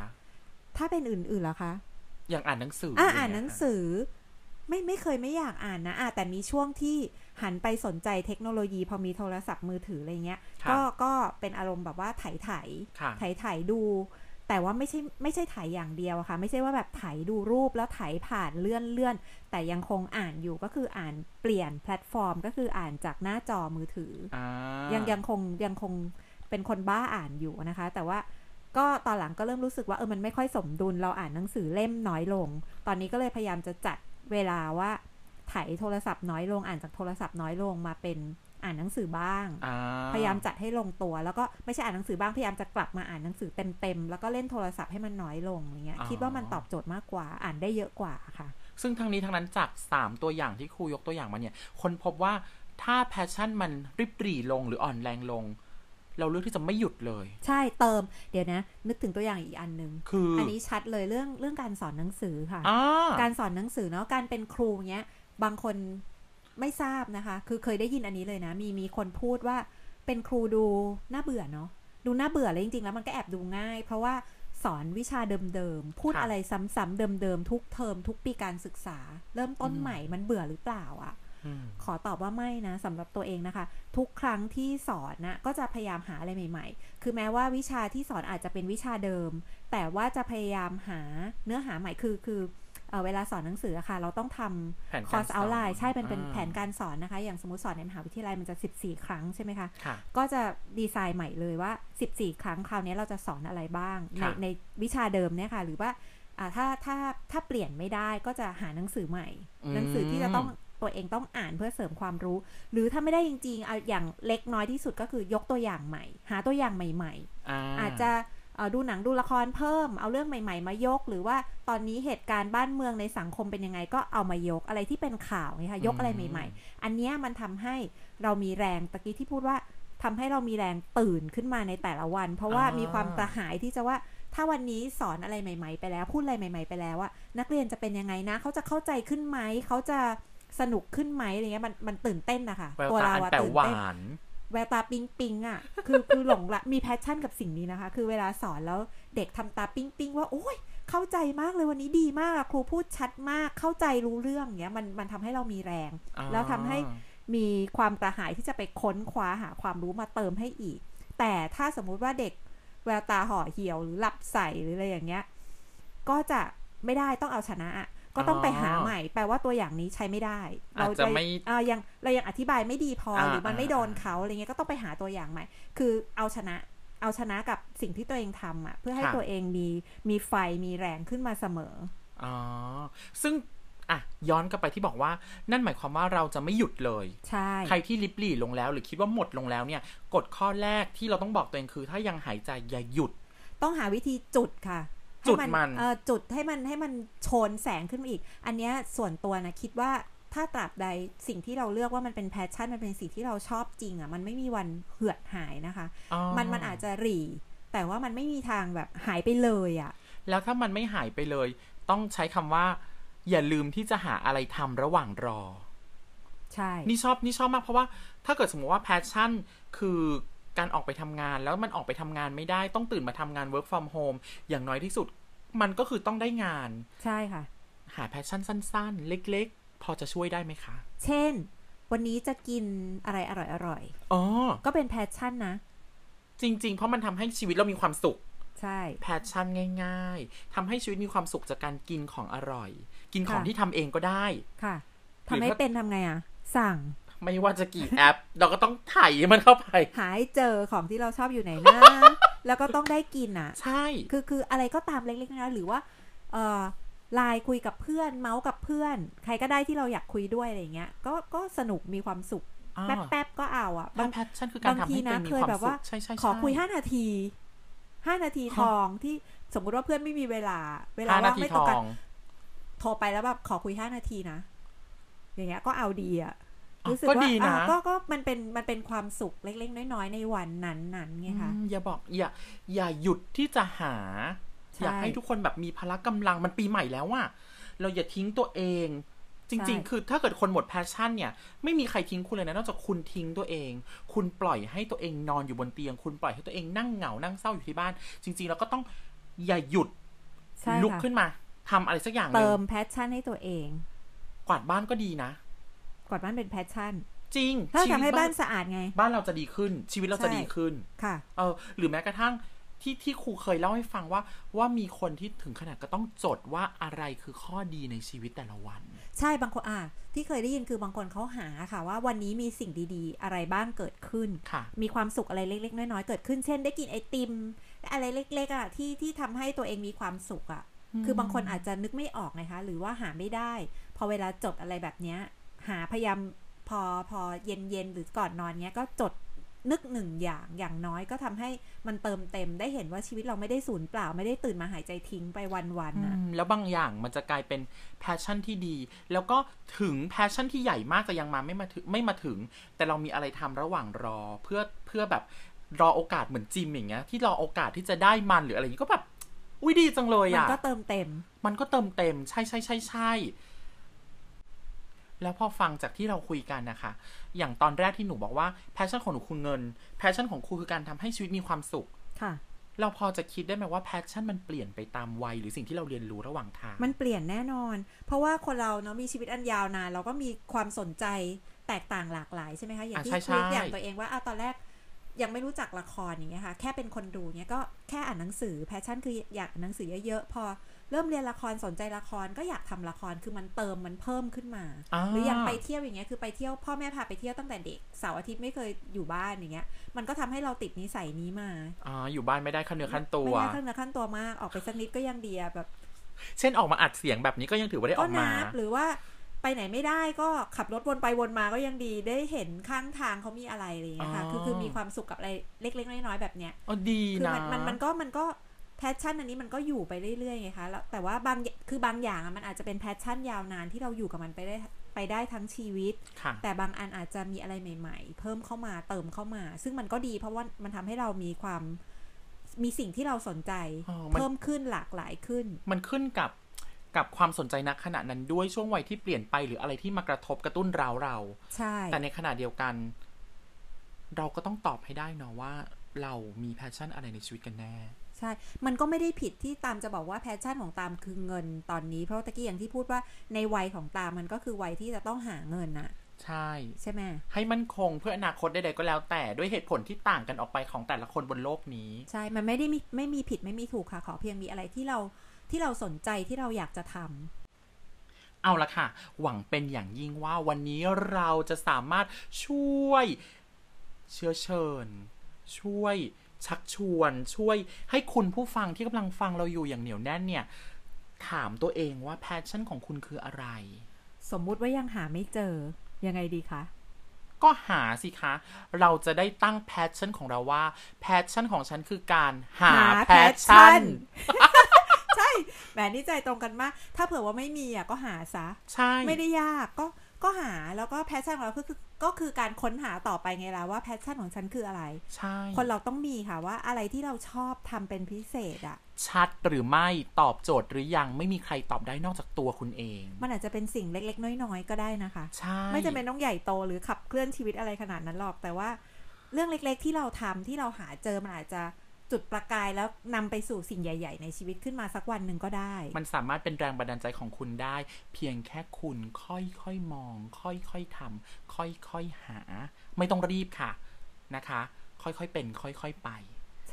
Speaker 2: ถ้าเป็นอื่นๆล่ะคะ
Speaker 1: อย่างอ่านหนังสือ
Speaker 2: อ่า
Speaker 1: ย่
Speaker 2: อ่านหนัง
Speaker 1: เยค่ะ
Speaker 2: สือไม่ไม่เคยไม่อยากอ่านนะอ่าแต่มีช่วงที่หันไปสนใจเทคโนโลยี พอมีโทรศัพท์มือถืออะไรเงี้ย
Speaker 1: ค่ะ
Speaker 2: ก็ก็เป็นอารมณ์แบบว่าไถ่ไถ่
Speaker 1: ค่ะ
Speaker 2: ไถ่ไถ่ดู แต่ว่าไม่ใช่ไม่ใช่ไถ่อย่างเดียวอะค่ะ ไม่ใช่ว่าแบบไถ่ดูรูปแล้วไถ่ผ่านเลื่อนเลื่อนแต่ยังคงอ่านอยู่ก็คืออ่านเปลี่ยนแพลตฟอร์ม ก็คืออ่านจากหน้าจอมือถือ
Speaker 1: อ่า
Speaker 2: ยังยังคงยังคงเป็นคนบ้าอ่านอยู่นะคะ แต่ว่าก็ตอนหลังก็เริ่มรู้สึกว่าเออมันไม่ค่อยสมดุลเราอ่านหนังสือเล่มน้อยลง ตอนนี้ก็เลยพยายามจะจัดเวลาว่าไถโทรศัพท์น้อยลงอ่านจากโทรศัพท์น้อยลงมาเป็นอ่านหนังสือบ้าง
Speaker 1: อ่า
Speaker 2: พยายามจัดให้ลงตัว แล้วก็ไม่ใช่อ่านหนังสือบ้างพยายามจะกลับมาอ่านหนังสือเต็มๆแล้วก็เล่นโทรศัพท์ให้มันน้อยลงอย่างเงี้ยคิดว่ามันตอบโจทย์มากกว่าอ่านได้เยอะกว่าค่ะ
Speaker 1: ซึ่งทั้งนี้ทั้งนั้นจาก 3 ตัวอย่างที่ครูยกตัวอย่างมาเนี่ย คนพบว่าถ้าแพชชั่นมันริบหรี่ลงหรืออ่อนแรงลง เราเลือกที่จะไม่หยุดเลย
Speaker 2: ใช่เติมเดี๋ยวนะ นึกถึงตัวอย่างอีกอันหนึ่ง
Speaker 1: คือ
Speaker 2: อั
Speaker 1: อั
Speaker 2: นนี้ชัดเลยเรื่องเรื่องการสอนหนังสือค่ะ
Speaker 1: อ่า
Speaker 2: การสอนหนังสือเนาะการเป็นครูเนี้ย บางคนไม่ทราบนะคะ คือเคยได้ยินอันนี้เลยนะ มีมีคนพูดว่าเป็นครูดูน่าเบื่อเนาะดูน่าเบื่อเลยจริงๆแล้วมันก็แอบดูง่าย เพราะว่าสอนวิชาเดิมๆ พูดอะไรซ้ำๆเดิมๆ ทุกเทอมทุกปีการศึกษา เริ่มต้นใหม่มันเบื่อหรือเปล่าอะ
Speaker 1: อืม
Speaker 2: ขอตอบว่าไม่นะสำหรับตัวเองนะคะ ทุกครั้งที่สอนนะก็จะพยายามหาอะไรใหม่ๆ คือแม้ว่าวิชาที่สอนอาจจะเป็นวิชาเดิม แต่ว่าจะพยายามหาเนื้อหาใหม่คือคือเอ่อเวลาสอนหนังสืออะค่ะ เราต้องท
Speaker 1: แผน
Speaker 2: ำค
Speaker 1: การ
Speaker 2: อร์ส
Speaker 1: สอน
Speaker 2: เอาไลน์ใช่เป็นเป็น
Speaker 1: อ่า
Speaker 2: แผนการสอนนะคะ อย่างสมมติสอนในมหาวิทยาลัยมันจะ 14 ครั้งใช่ไหมคะ
Speaker 1: ค่ะ
Speaker 2: ก็จะดีไซน์ใหม่เลยว่า 14 ครั้งคราวนี้เราจะสอนอะไรบ้าง ใน
Speaker 1: ค่ะ
Speaker 2: ในวิชาเดิมเนี่ยค่ะ หรือว่าอ่าถ้าถ้าถ้าเปลี่ยนไม่ได้ก็จะหาหนังสือใหม่ หนังสือที่จะต้องตัวเองต้องอ่านเพื่อเสริมความรู้ หรือถ้าไม่ได้จริงๆเอาอย่างเล็กน้อยที่สุดก็คือยกตัวอย่างใหม่ หาตัวอย่างใหม่ ๆ อาจจะเอ่อดูหนังดูละครเพิ่ม เอาเรื่องใหม่ ๆ มายก หรือว่าตอนนี้เหตุการณ์บ้านเมืองในสังคมเป็นยังไงก็เอามายกอะไรที่เป็นข่าวไงคะยกอะไร
Speaker 1: อืม
Speaker 2: ใหม่ ๆ อันเนี้ยมันทำให้เรามีแรงตะกี้ที่พูดว่าทำให้เรามีแรงตื่นขึ้นมาในแต่ละวัน เพราะว่ามีความกระหายที่จะว่า ถ้าวันนี้สอนอะไรใหม่ ๆ ไปแล้วพูดอะไรใหม่ ๆ ไปแล้วว่านักเรียนจะเป็นยังไงนะ เขาจะเข้าใจขึ้นไหมเขาจะสนุกขึ้นไหมอะไรเงี้ยมันมันตื่นเต้นนะคะ
Speaker 1: แวว
Speaker 2: ตัว
Speaker 1: ตา
Speaker 2: เรา
Speaker 1: อัน
Speaker 2: อะ
Speaker 1: แต่
Speaker 2: ตื่น
Speaker 1: หว
Speaker 2: เต้น
Speaker 1: าน
Speaker 2: แววตาปิ๊งปิ๊งอ่ะ คือคือหลงละมีแพชชั่นกับสิ่งนี้นะคะ คือเวลาสอนแล้วเด็กทำตาปิ๊งปิ๊งว่า โอ้ย เข้าใจมากเลยวันนี้ดีมากอะครูพูดชัดมากเข้าใจรู้เรื่องเนี้ยมันมันทำให้เรามีแรง
Speaker 1: อ่า
Speaker 2: แล้วทำให้ มีความกระหายที่จะไปค้นคว้าหาความรู้มาเติมให้อีก แต่ถ้าสมมุติว่าเด็กแววตาห่อเหี่ยวหรือหลับใสหรืออะไรอย่างเงี้ย ก็จะไม่ได้ต้องเอาชนะอะก็ต้องไปหาใหม่ แปลว่าตัวอย่างนี้ใช้ไม่ได้ เรา
Speaker 1: อาจจะไม่
Speaker 2: เอ่อยังเรายังอธิบายไม่ดีพออา หรือมันไม่โดน
Speaker 1: อ่า
Speaker 2: เขาอะไรเงี้ยก็ต้องไปหาตัวอย่างใหม่ คือเอาชนะ เอาชนะกับสิ่งที่ตัวเองทำอะเพื่อให้ตัวเองมีมีไฟมีแรงขึ้นมาเสมอ
Speaker 1: อ๋อ ซึ่งอ่ะย้อนกลับไปที่บอกว่า นั่นหมายความว่าเราจะไม่หยุดเลย
Speaker 2: ใช่
Speaker 1: ใครที่ลิบหลี่ลงแล้ว หรือคิดว่าหมดลงแล้วเนี่ยกฎข้อแรกที่เราต้องบอกตัวเองคือ ถ้ายังหายใจอย่าหยุด
Speaker 2: ต้องหาวิธีจุดค่ะให้
Speaker 1: จุดมัน
Speaker 2: เอ่อจุดให้มันให้มันโชนแสงขึ้นมาอีก อันเนี้ยส่วนตัวนะคิดว่าถ้าตราบใดสิ่งที่เราเลือกว่ามันเป็นแพชชั่นมันเป็นสิ่งที่เราชอบจริงอะมันไม่มีวันเหือดหายนะคะ
Speaker 1: อ๋
Speaker 2: มันมันอาจจะหรี่ แต่ว่ามันไม่มีทางแบบหายไปเลยอะ
Speaker 1: แล้วถ้ามันไม่หายไปเลย ต้องใช้คำว่า อย่าลืมที่จะหาอะไรทำระหว่างรอ
Speaker 2: ใช่
Speaker 1: นี่ชอบนี่ชอบมากเพราะว่าถ้าเกิดสมมติว่าแพชชั่นคือการออกไปทำงานแล้วมันออกไปทำงานไม่ได้ต้องตื่นมาทำงาน work from home อย่างน้อยที่สุด มันก็คือต้องได้งาน
Speaker 2: ใช่ค่ะ
Speaker 1: หาแพชชั่นสั้น ๆ เล็ก พอจะช่วยได้ไหมคะ
Speaker 2: เช่น วันนี้จะกินอะไรอร่อย
Speaker 1: อ๋อ
Speaker 2: ๆ ก็เป็นแพชชั่นนะ
Speaker 1: จริง ๆ เพราะมันทำให้ชีวิตเรามีความสุข
Speaker 2: ใช่
Speaker 1: แพชชั่นง่าย ๆทำให้ชีวิตมีความสุขจากการกินของอร่อย กินของ
Speaker 2: ค่ะ
Speaker 1: ที่ทำเองก็ได้
Speaker 2: ค่ะ
Speaker 1: หรือ
Speaker 2: ทำให้
Speaker 1: ถ้า
Speaker 2: เป็นทำไงอ่ะ สั่ง
Speaker 1: ไม่ว่าจะกี่แอป เราก็ต้องไถ่ายมันเข้าไป
Speaker 2: หายเจอของที่เราชอบอยู่ไหนนะ
Speaker 1: [LAUGHS]
Speaker 2: แล้วก็ต้องได้กินอ่ะ
Speaker 1: ใช่
Speaker 2: คือคืออะไรก็ตามเล็กๆน้อยๆหรือว่าเออไลน์คุยกับเพื่อน เมาส์กับเพื่อน ใครก็ได้ที่เราอยากคุยด้วยอะไรอย่างเงี้ยก็ก็สนุกมีความสุข
Speaker 1: อ่า
Speaker 2: แป๊บๆก็เอาอ่ะบา
Speaker 1: ถ้าง แพชชั่นคือการทำ
Speaker 2: บางที
Speaker 1: ให้ตัวเอ
Speaker 2: นะ
Speaker 1: งมี
Speaker 2: เค
Speaker 1: ค
Speaker 2: ย
Speaker 1: วาม
Speaker 2: แบบ
Speaker 1: สุ
Speaker 2: ว่า
Speaker 1: ขใช่ใช่
Speaker 2: ขอคุย
Speaker 1: ใช่
Speaker 2: ห้านาทีห้านาที
Speaker 1: ฮะ
Speaker 2: ทองที่สมมุติว่าเพื่อนไม่มีเวลา เวลา
Speaker 1: ห้านา
Speaker 2: ว่าง
Speaker 1: ที
Speaker 2: ไม่
Speaker 1: ท
Speaker 2: ตรง
Speaker 1: อ
Speaker 2: กัน
Speaker 1: ง
Speaker 2: โทรไปแล้วแบบขอคุยห้านาทีนะ อย่างเงี้ยก็เอาดีอ่ะ
Speaker 1: อ่ะ
Speaker 2: รู้สึก
Speaker 1: ก็
Speaker 2: ว่า
Speaker 1: ดีนะ
Speaker 2: อ่ะก็ก็มันเป็นมันเป็นความสุขเล็กๆ น้อยๆในวันนั้นๆไงคะ
Speaker 1: อืมอย่าบอกอย่าอย่าหยุดที่จะหา
Speaker 2: ใช่
Speaker 1: อยากให้ทุกคนแบบมีพละกำลังมันปีใหม่แล้วอะเราอย่าทิ้งตัวเอง จริง
Speaker 2: ใช่
Speaker 1: ๆ คือถ้าเกิดคนหมดแพชชั่นเนี่ย ไม่มีใครทิ้งคุณเลยนะ นอกจากคุณทิ้งตัวเอง คุณปล่อยให้ตัวเองนอนอยู่บนเตียง คุณปล่อยให้ตัวเองนั่งเหงานั่งเศร้าอยู่ที่บ้าน จริง ๆ เราก็ต้องอย่าหยุด
Speaker 2: ใช่
Speaker 1: ลุก
Speaker 2: ค่ะ
Speaker 1: ขึ้นมาทำอะไรสักอย่างหนึ่
Speaker 2: เติ
Speaker 1: ง
Speaker 2: มแพชชั่นให้ตัวเอง
Speaker 1: กวาดบ้านก็ดีนะ
Speaker 2: กวาดบ้านเป็นแพชชั่น
Speaker 1: จริง
Speaker 2: ถ้า
Speaker 1: ชีวิต
Speaker 2: ทำให้บ้านสะอาดไง
Speaker 1: บ้านเราจะดีขึ้น ชีวิตเราจะ
Speaker 2: ใช่
Speaker 1: ดีขึ้น
Speaker 2: ค่ะ
Speaker 1: เออหรือแม้กระทั่งที่ที่ครูเคยเล่าให้ฟังว่าว่ามีคนที่ถึงขนาดก็ต้องจดว่าอะไรคือข้อดีในชีวิตแต่ละวัน
Speaker 2: ใช่บางคนอ่ะที่เคยได้ยินคือบางคนเขาหาค่ะ ว่าวันนี้มีสิ่งดีๆ อะไรบ้างเกิดขึ้น
Speaker 1: ค่ะ
Speaker 2: มีความสุขอะไรเล็ก ๆ น้อยๆเกิดขึ้น เช่น ได้กินไอติม อะไรเล็ก ๆอ่ะที่ที่ทำให้ตัวเองมีความสุขอ่ะ คือบางคนอาจจะนึกไม่ออกไงคะ หรือว่าหาไม่ได้ พอเวลาจดอะไรแบบเนี้ย หาพยายามพอพอเย็นเย็นๆหรือก่อนนอนเนี้ยก็จดนึกหนึ่งอย่างอย่างน้อยก็ทำให้มันเติมเต็มได้เห็นว่าชีวิตเราไม่ได้สูญเปล่าไม่ได้ตื่นมาหายใจทิ้งไปวันๆนะ
Speaker 1: อืมแล้วบางอย่างมันจะกลายเป็นแพชชั่นที่ดี แล้วก็ถึงแพชชั่นที่ใหญ่มากจะยังมาไม่มาถึงไม่มาถึง แต่เรามีอะไรทำระหว่างรอเพื่อเพื่อแบบรอโอกาสเหมือนจิมอย่างเงี้ยที่รอโอกาสที่จะได้มันหรืออะไรอย่างงี้ก็แบบอุ้ยดีจังเลย
Speaker 2: มัน
Speaker 1: อ่ะ
Speaker 2: ก็เติมเต็ม
Speaker 1: มันก็เติมเต็มใช่ใช่ใช่ใช่ แล้วพอฟังจากที่เราคุยกันนะคะ อย่างตอนแรกที่หนูบอกว่าแพชชั่นของหนูคือเงินแพชชั่นของครูคือการทำให้ชีวิตมีความสุข
Speaker 2: ค่ะ
Speaker 1: เราพอจะคิดได้ไหมว่าแพชชั่นมันเปลี่ยนไปตามวัยหรือสิ่งที่เราเรียนรู้ระหว่างทาง
Speaker 2: มันเปลี่ยนแน่นอน เพราะว่าคนเราเนาะมีชีวิตอันยาวนานเราก็มีความสนใจแตกต่างหลากหลายใช่ไหมคะ อย่าง
Speaker 1: อ่ะ
Speaker 2: ที่
Speaker 1: ใช่ใช่
Speaker 2: คุยอย่างตัวเองว่าอ่ะตอนแรกยังไม่รู้จักละครอย่างเงี้ยค่ะ แค่เป็นคนดูเนี้ยก็แค่อ่านหนังสือแพชชั่นคืออยากอ่านหนังสือเยอะๆ พอเริ่มเรียนละครสนใจละครก็อยากทำละครคือมันเติมมันเพิ่มขึ้นมา หรืออย่างไปเที่ยวอย่างเงี้ยคือไปเที่ยวพ่อแม่พาไปเที่ยวตั้งแต่เด็กเสาร์อาทิตย์ไม่เคยอยู่บ้านอย่างเงี้ย มันก็ทำให้เราติดนิสัยนี้มา
Speaker 1: อ่าอยู่บ้านไม่ได้ขั้นเนื้อขั้นตัว
Speaker 2: ไม่ได้ขั้นเนื้อขั้นตัวมากออกไปสักนิดก็ยังดีอะแบบ
Speaker 1: เช่นออกมาอัดเสียงแบบนี้ก็ยังถือว่าได้อ
Speaker 2: ก็
Speaker 1: อกมา
Speaker 2: นับหรือว่าไปไหนไม่ได้ก็ขับรถวนไปวนมาก็ยังดีได้เห็นข้างทางเขามีอะไรอะไรอย่างเงี้ยค่ะ
Speaker 1: อ๋อ
Speaker 2: คือคือมีความสุขกับอะไรเล็ก ๆ น้อยๆแบบเนี้ย
Speaker 1: อ๋อดี
Speaker 2: คือ
Speaker 1: นะ
Speaker 2: มันมันมันก็มันก็แพชชั่นอันนี้มันก็อยู่ไปเรื่อยๆไงคะแล้วแต่ว่าบางคือบางอย่างอะมันอาจจะเป็นแพชชั่นยาวนานที่เราอยู่กับมันไปได้ไปได้ทั้งชีวิต
Speaker 1: ค่ะ
Speaker 2: แต่บางอันอาจจะมีอะไรใหม่ๆ เพิ่มเข้ามาเติมเข้ามา ซึ่งมันก็ดีเพราะว่ามันทำให้เรามีความมีสิ่งที่เราสนใจ
Speaker 1: อ๋อมัน
Speaker 2: เพิ่มขึ้นหลากหลายขึ้น
Speaker 1: มันขึ้นกับกับความสนใจณขณะนั้นด้วยช่วงวัยที่เปลี่ยนไปหรืออะไรที่มากระทบกระตุ้นเราเรา
Speaker 2: ใช่
Speaker 1: แต่ในขณะเดียวกัน เราก็ต้องตอบให้ได้เนาะว่า เรามีแพชชั่นอะไรในชีวิตกันแน่
Speaker 2: ใช่ มันก็ไม่ได้ผิดที่ตามจะบอกว่าแพชชั่นของตามคือเงินตอนนี้เพราะตะกี้อย่างที่พูดว่าในวัยของตามมันก็คือวัยที่จะต้องหาเงินน่ะ
Speaker 1: ใช่
Speaker 2: ใช่ไหม
Speaker 1: ให้มั่นคงเพื่ออนาคตใดๆก็แล้ว แต่ด้วยเหตุผลที่ต่างกันออกไปของแต่ละคนบนโลกนี้
Speaker 2: ใช่ มันไม่ได้มีไม่มีผิดไม่มีถูกค่ะ ขอเพียงมีอะไรที่เราที่เราสนใจที่เราอยากจะทำ
Speaker 1: เอาละค่ะ หวังเป็นอย่างยิ่งว่าวันนี้เราจะสามารถช่วยเชื้อเชิญ ช่วยชักชวน ช่วยให้คุณผู้ฟังที่กำลังฟังเราอยู่อย่างเหนียวแน่นเนี่ย ถามตัวเองว่าแพชชั่นของคุณคืออะไร
Speaker 2: สมมุติว่ายังหาไม่เจอ ยังไงดีคะ
Speaker 1: ก็หาสิคะ เราจะได้ตั้งแพชชั่นของเราว่าแพชชั่นของฉันคือการหา
Speaker 2: หา
Speaker 1: แพชชั่น
Speaker 2: passion [LAUGHS] ใช่แหมนี่ใจตรงกันมาก ถ้าเผื่อว่าไม่มีอ่ะก็หาซะ
Speaker 1: ใช่
Speaker 2: ไม่ได้ยากก็ก็หาแล้วก็แพชชั่นของเราก็คือก็คือการค้นหาต่อไปไงล่ะว่าแพชชั่นของฉันคืออะไร
Speaker 1: ใช่
Speaker 2: คนเราต้องมีค่ะว่าอะไรที่เราชอบทำเป็นพิเศษอะ่ะ
Speaker 1: ชัดหรือไม่ตอบโจทย์หรือยังไม่มีใครตอบได้นอกจากตัวคุณเอง
Speaker 2: มันอาจจะเป็นสิ่งเล็ก ๆ น้อย ๆ ก็ได้นะคะ
Speaker 1: ใช่
Speaker 2: ไม่จำเป็นต้องใหญ่โตหรือขับเคลื่อนชีวิตอะไรขนาดนั้นหรอก แต่ว่าเรื่องเล็กๆที่เราทำที่เราหาเจอมันอาจจะ จุดประกายแล้วนำไปสู่สิ่งใหญ่ ๆ ในชีวิตขึ้นมาสักวันหนึ่งก็ได้
Speaker 1: มันสามารถเป็นแรงบันดาลใจของคุณได้ เพียงแค่คุณค่อยๆมอง ค่อยๆทำค่อยๆหา ไม่ต้องรีบค่ะนะคะ ค่อยๆเป็น ค่อยๆไป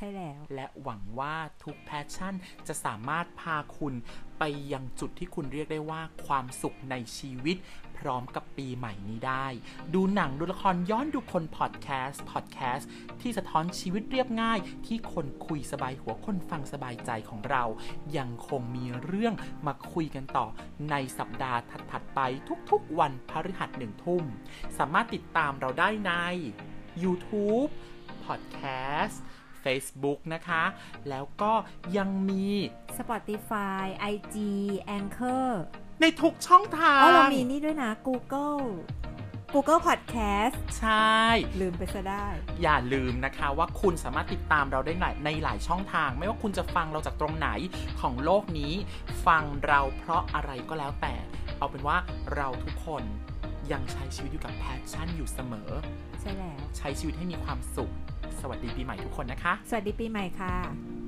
Speaker 2: ใช่แล้ว
Speaker 1: และหวังว่าทุกแพชชั่นจะสามารถพาคุณไปยังจุดที่คุณเรียกได้ว่าความสุขในชีวิต พร้อมกับปีใหม่นี้ได้ ดูหนังดูละครย้อนดูคนพอดแคสต์พอดแคสต์ที่สะท้อนชีวิตเรียบง่าย ที่คนคุยสบายหัวคนฟังสบายใจของเรา ยังคงมีเรื่องมาคุยกันต่อในสัปดาห์ถัดๆไปทุกๆวันพฤหัสหนึ่งทุ่ม สามารถติดตามเราได้ใน YouTube Podcast Facebook นะคะ แล้วก็ยังมี
Speaker 2: Spotify IG Anchor
Speaker 1: ในทุกช่องทา
Speaker 2: อ๋อง เรามีนี่ด้วยนะ Google Google Podcast
Speaker 1: ใช่
Speaker 2: ลืมไปซะได้
Speaker 1: อย่าลืมนะคะว่าคุณสามารถติดตามเราได้ในในหลายช่องทาง ไม่ว่าคุณจะฟังเราจากตรงไหนของโลกนี้ ฟังเราเพราะอะไรก็แล้วแต่ เอาเป็นว่าเราทุกคนยังใช้ชีวิตอยู่กับแพชชั่นอยู่เสมอ
Speaker 2: ใช่แล้ว
Speaker 1: ใช้ชีวิตให้มีความสุข สวัสดีปีใหม่ทุกคนนะคะ
Speaker 2: สวัสดีปีใหม่ค่ะ